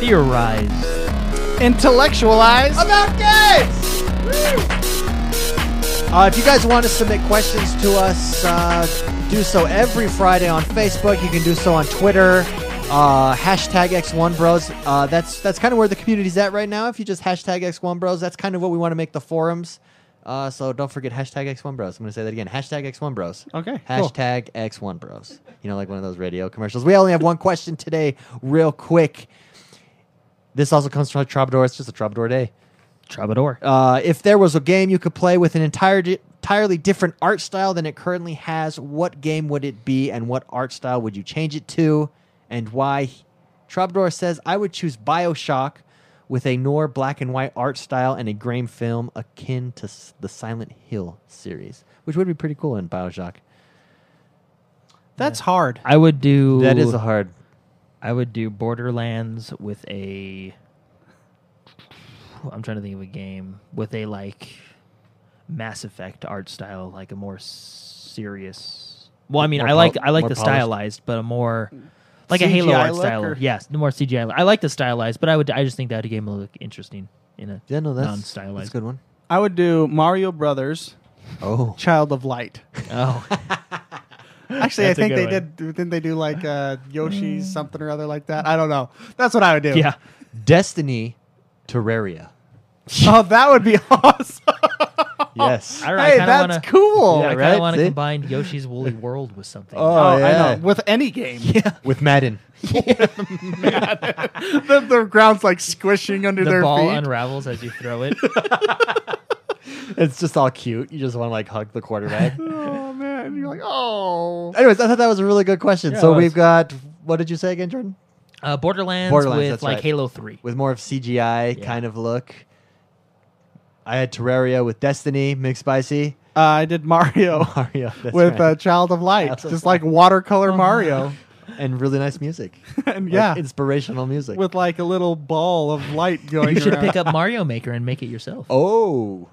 Theorize. Intellectualize. about games. Uh, if you guys want to submit questions to us, uh, do so every Friday on Facebook. You can do so on Twitter. Uh, hashtag X1Bros. Uh, that's that's kind of where the community's at right now. If you just hashtag X1Bros, that's kind of what we want to make the forums. Uh, so don't forget hashtag X1Bros. I'm going to say that again. Hashtag X1Bros. Okay, cool. Hashtag X1Bros. You know, like one of those radio commercials. We only have one question today, real quick. This also comes from a troubadour. It's just a troubadour day. Troubadour. Uh, if there was a game you could play with an entire entirely different art style than it currently has, what game would it be, and what art style would you change it to, and why? Troubadour says I would choose Bioshock with a noir black and white art style and a grain film akin to s- the Silent Hill series, which would be pretty cool in Bioshock. That's hard. I would do. That is a hard. I would do Borderlands with a. I'm trying to think of a game with a like Mass Effect art style, like a more serious. Well, I mean, More I like pol- I like more the polished? stylized, but a more like a Halo CGI art look, style. or- Yes, the more CGI. look. I like the stylized, but I would I just think that game would look interesting in a Yeah, no, that's non-stylized. That's a good one. I would do Mario Brothers, Oh, Child of Light. Oh, Actually, I That's a think good they one. did. Mm. Didn't they do like uh, Yoshi's something or other like that? I don't know. That's what I would do. yeah. Destiny, Terraria. Oh, that would be awesome. Yes. I don't know, I hey, kinda that's wanna- cool. I Yeah, kind of right? want See? to combine Yoshi's Woolly World with something. Oh, I yeah. know. With any game, With Madden. the, the ground's like squishing under the their ball feet. unravels as you throw it. It's just all cute. You just want to like hug the quarterback. oh man, you're like, oh, Anyways, I thought that was a really good question. Yeah, it so was. we've got what did you say again, Jordan? Uh, Borderlands, Borderlands, with that's like right. Halo Three. With more of CGI Yeah. kind of look. I had Terraria with Destiny, mixed spicy. Uh, I did Mario Mario that's with right. uh, Child of Light, Child of just like watercolor Mario, uh, and really nice music. and Oh, Like, yeah, inspirational music. with like a little ball of light going. You should around. pick up Mario Maker and make it yourself. oh,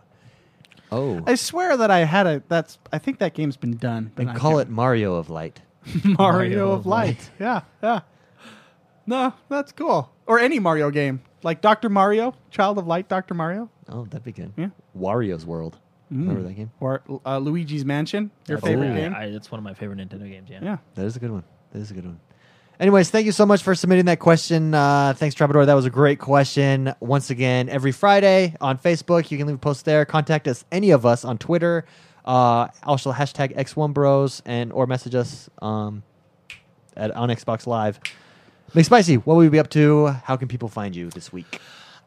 oh, I swear that I had a. That's. I think that game's been done. but and I call it can't- Mario of Light. Mario of Light. Yeah, yeah. No, that's cool. Or any Mario game, like Doctor Mario, Child of Light, Doctor Mario, Oh, that'd be good. Yeah. Mm. Wario's World. Remember that game? or uh, Luigi's Mansion, your That's favorite a- game. I, it's one of my favorite Nintendo games. Yeah. yeah. That is a good one. That is a good one. Anyways, thank you so much for submitting that question. Uh, thanks, Troubadour. That was a great question. Once again, every Friday on Facebook, you can leave a post there. Contact us, any of us, on Twitter. Uh, also hashtag X1Bros and or message us um, at on Xbox Live. McSpicy, what will we be up to? How can people find you this week?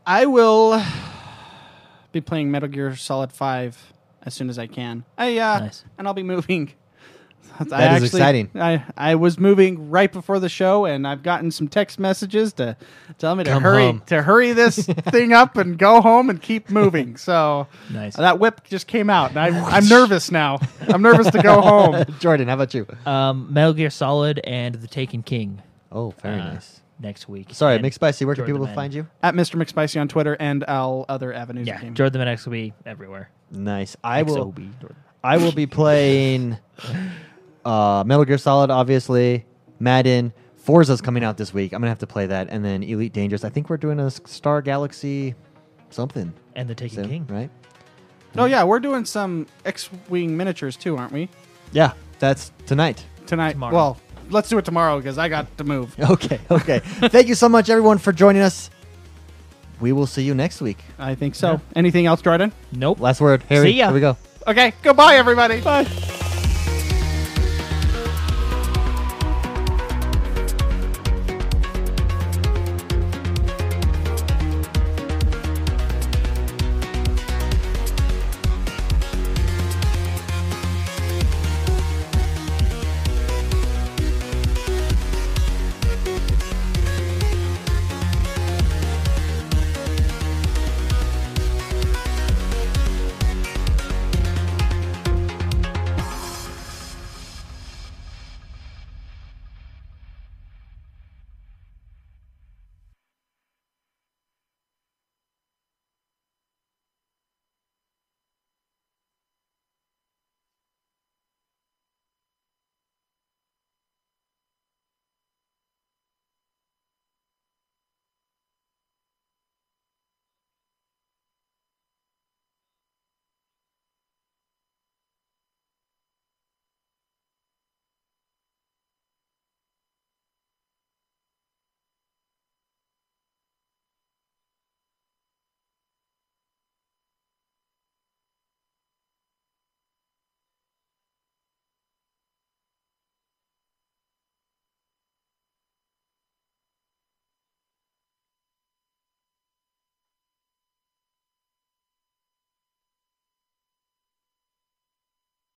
I will be playing Metal Gear Solid Five as soon as I can. I uh, Nice. and I'll be moving. That is That is exciting. I, I was moving right before the show, and I've gotten some text messages to tell me to Come hurry home. to hurry this thing up and go home and keep moving. So Nice. that whip just came out, and I'm, I'm nervous now. I'm nervous to go home. Jordan, how about you? Um, Metal Gear Solid and The Taken King. Oh, very uh, nice. Next week. Sorry, And McSpicy, where can Jordan people the Man. find you? At Mr. McSpicy on Twitter and all other avenues. Yeah, of gaming. Jordan the Menax will be everywhere. Nice. I will. XOB, Jordan. I will be playing uh, Metal Gear Solid, obviously. Madden, Forza's coming out this week. I'm gonna have to play that, and then Elite Dangerous. I think we're doing a S- Star Galaxy something and The Taken soon, King. right? Oh yeah, we're doing some X-wing miniatures too, aren't we? Yeah, that's tonight. tonight. Tomorrow. Well, let's do it tomorrow because I got to move. Okay, okay. Thank you so much, everyone, for joining us. We will see you next week. I think so. Yeah. Anything else, Jordan? Nope. Last word, Harry. See ya. Here we go. Okay. Goodbye, everybody. Bye.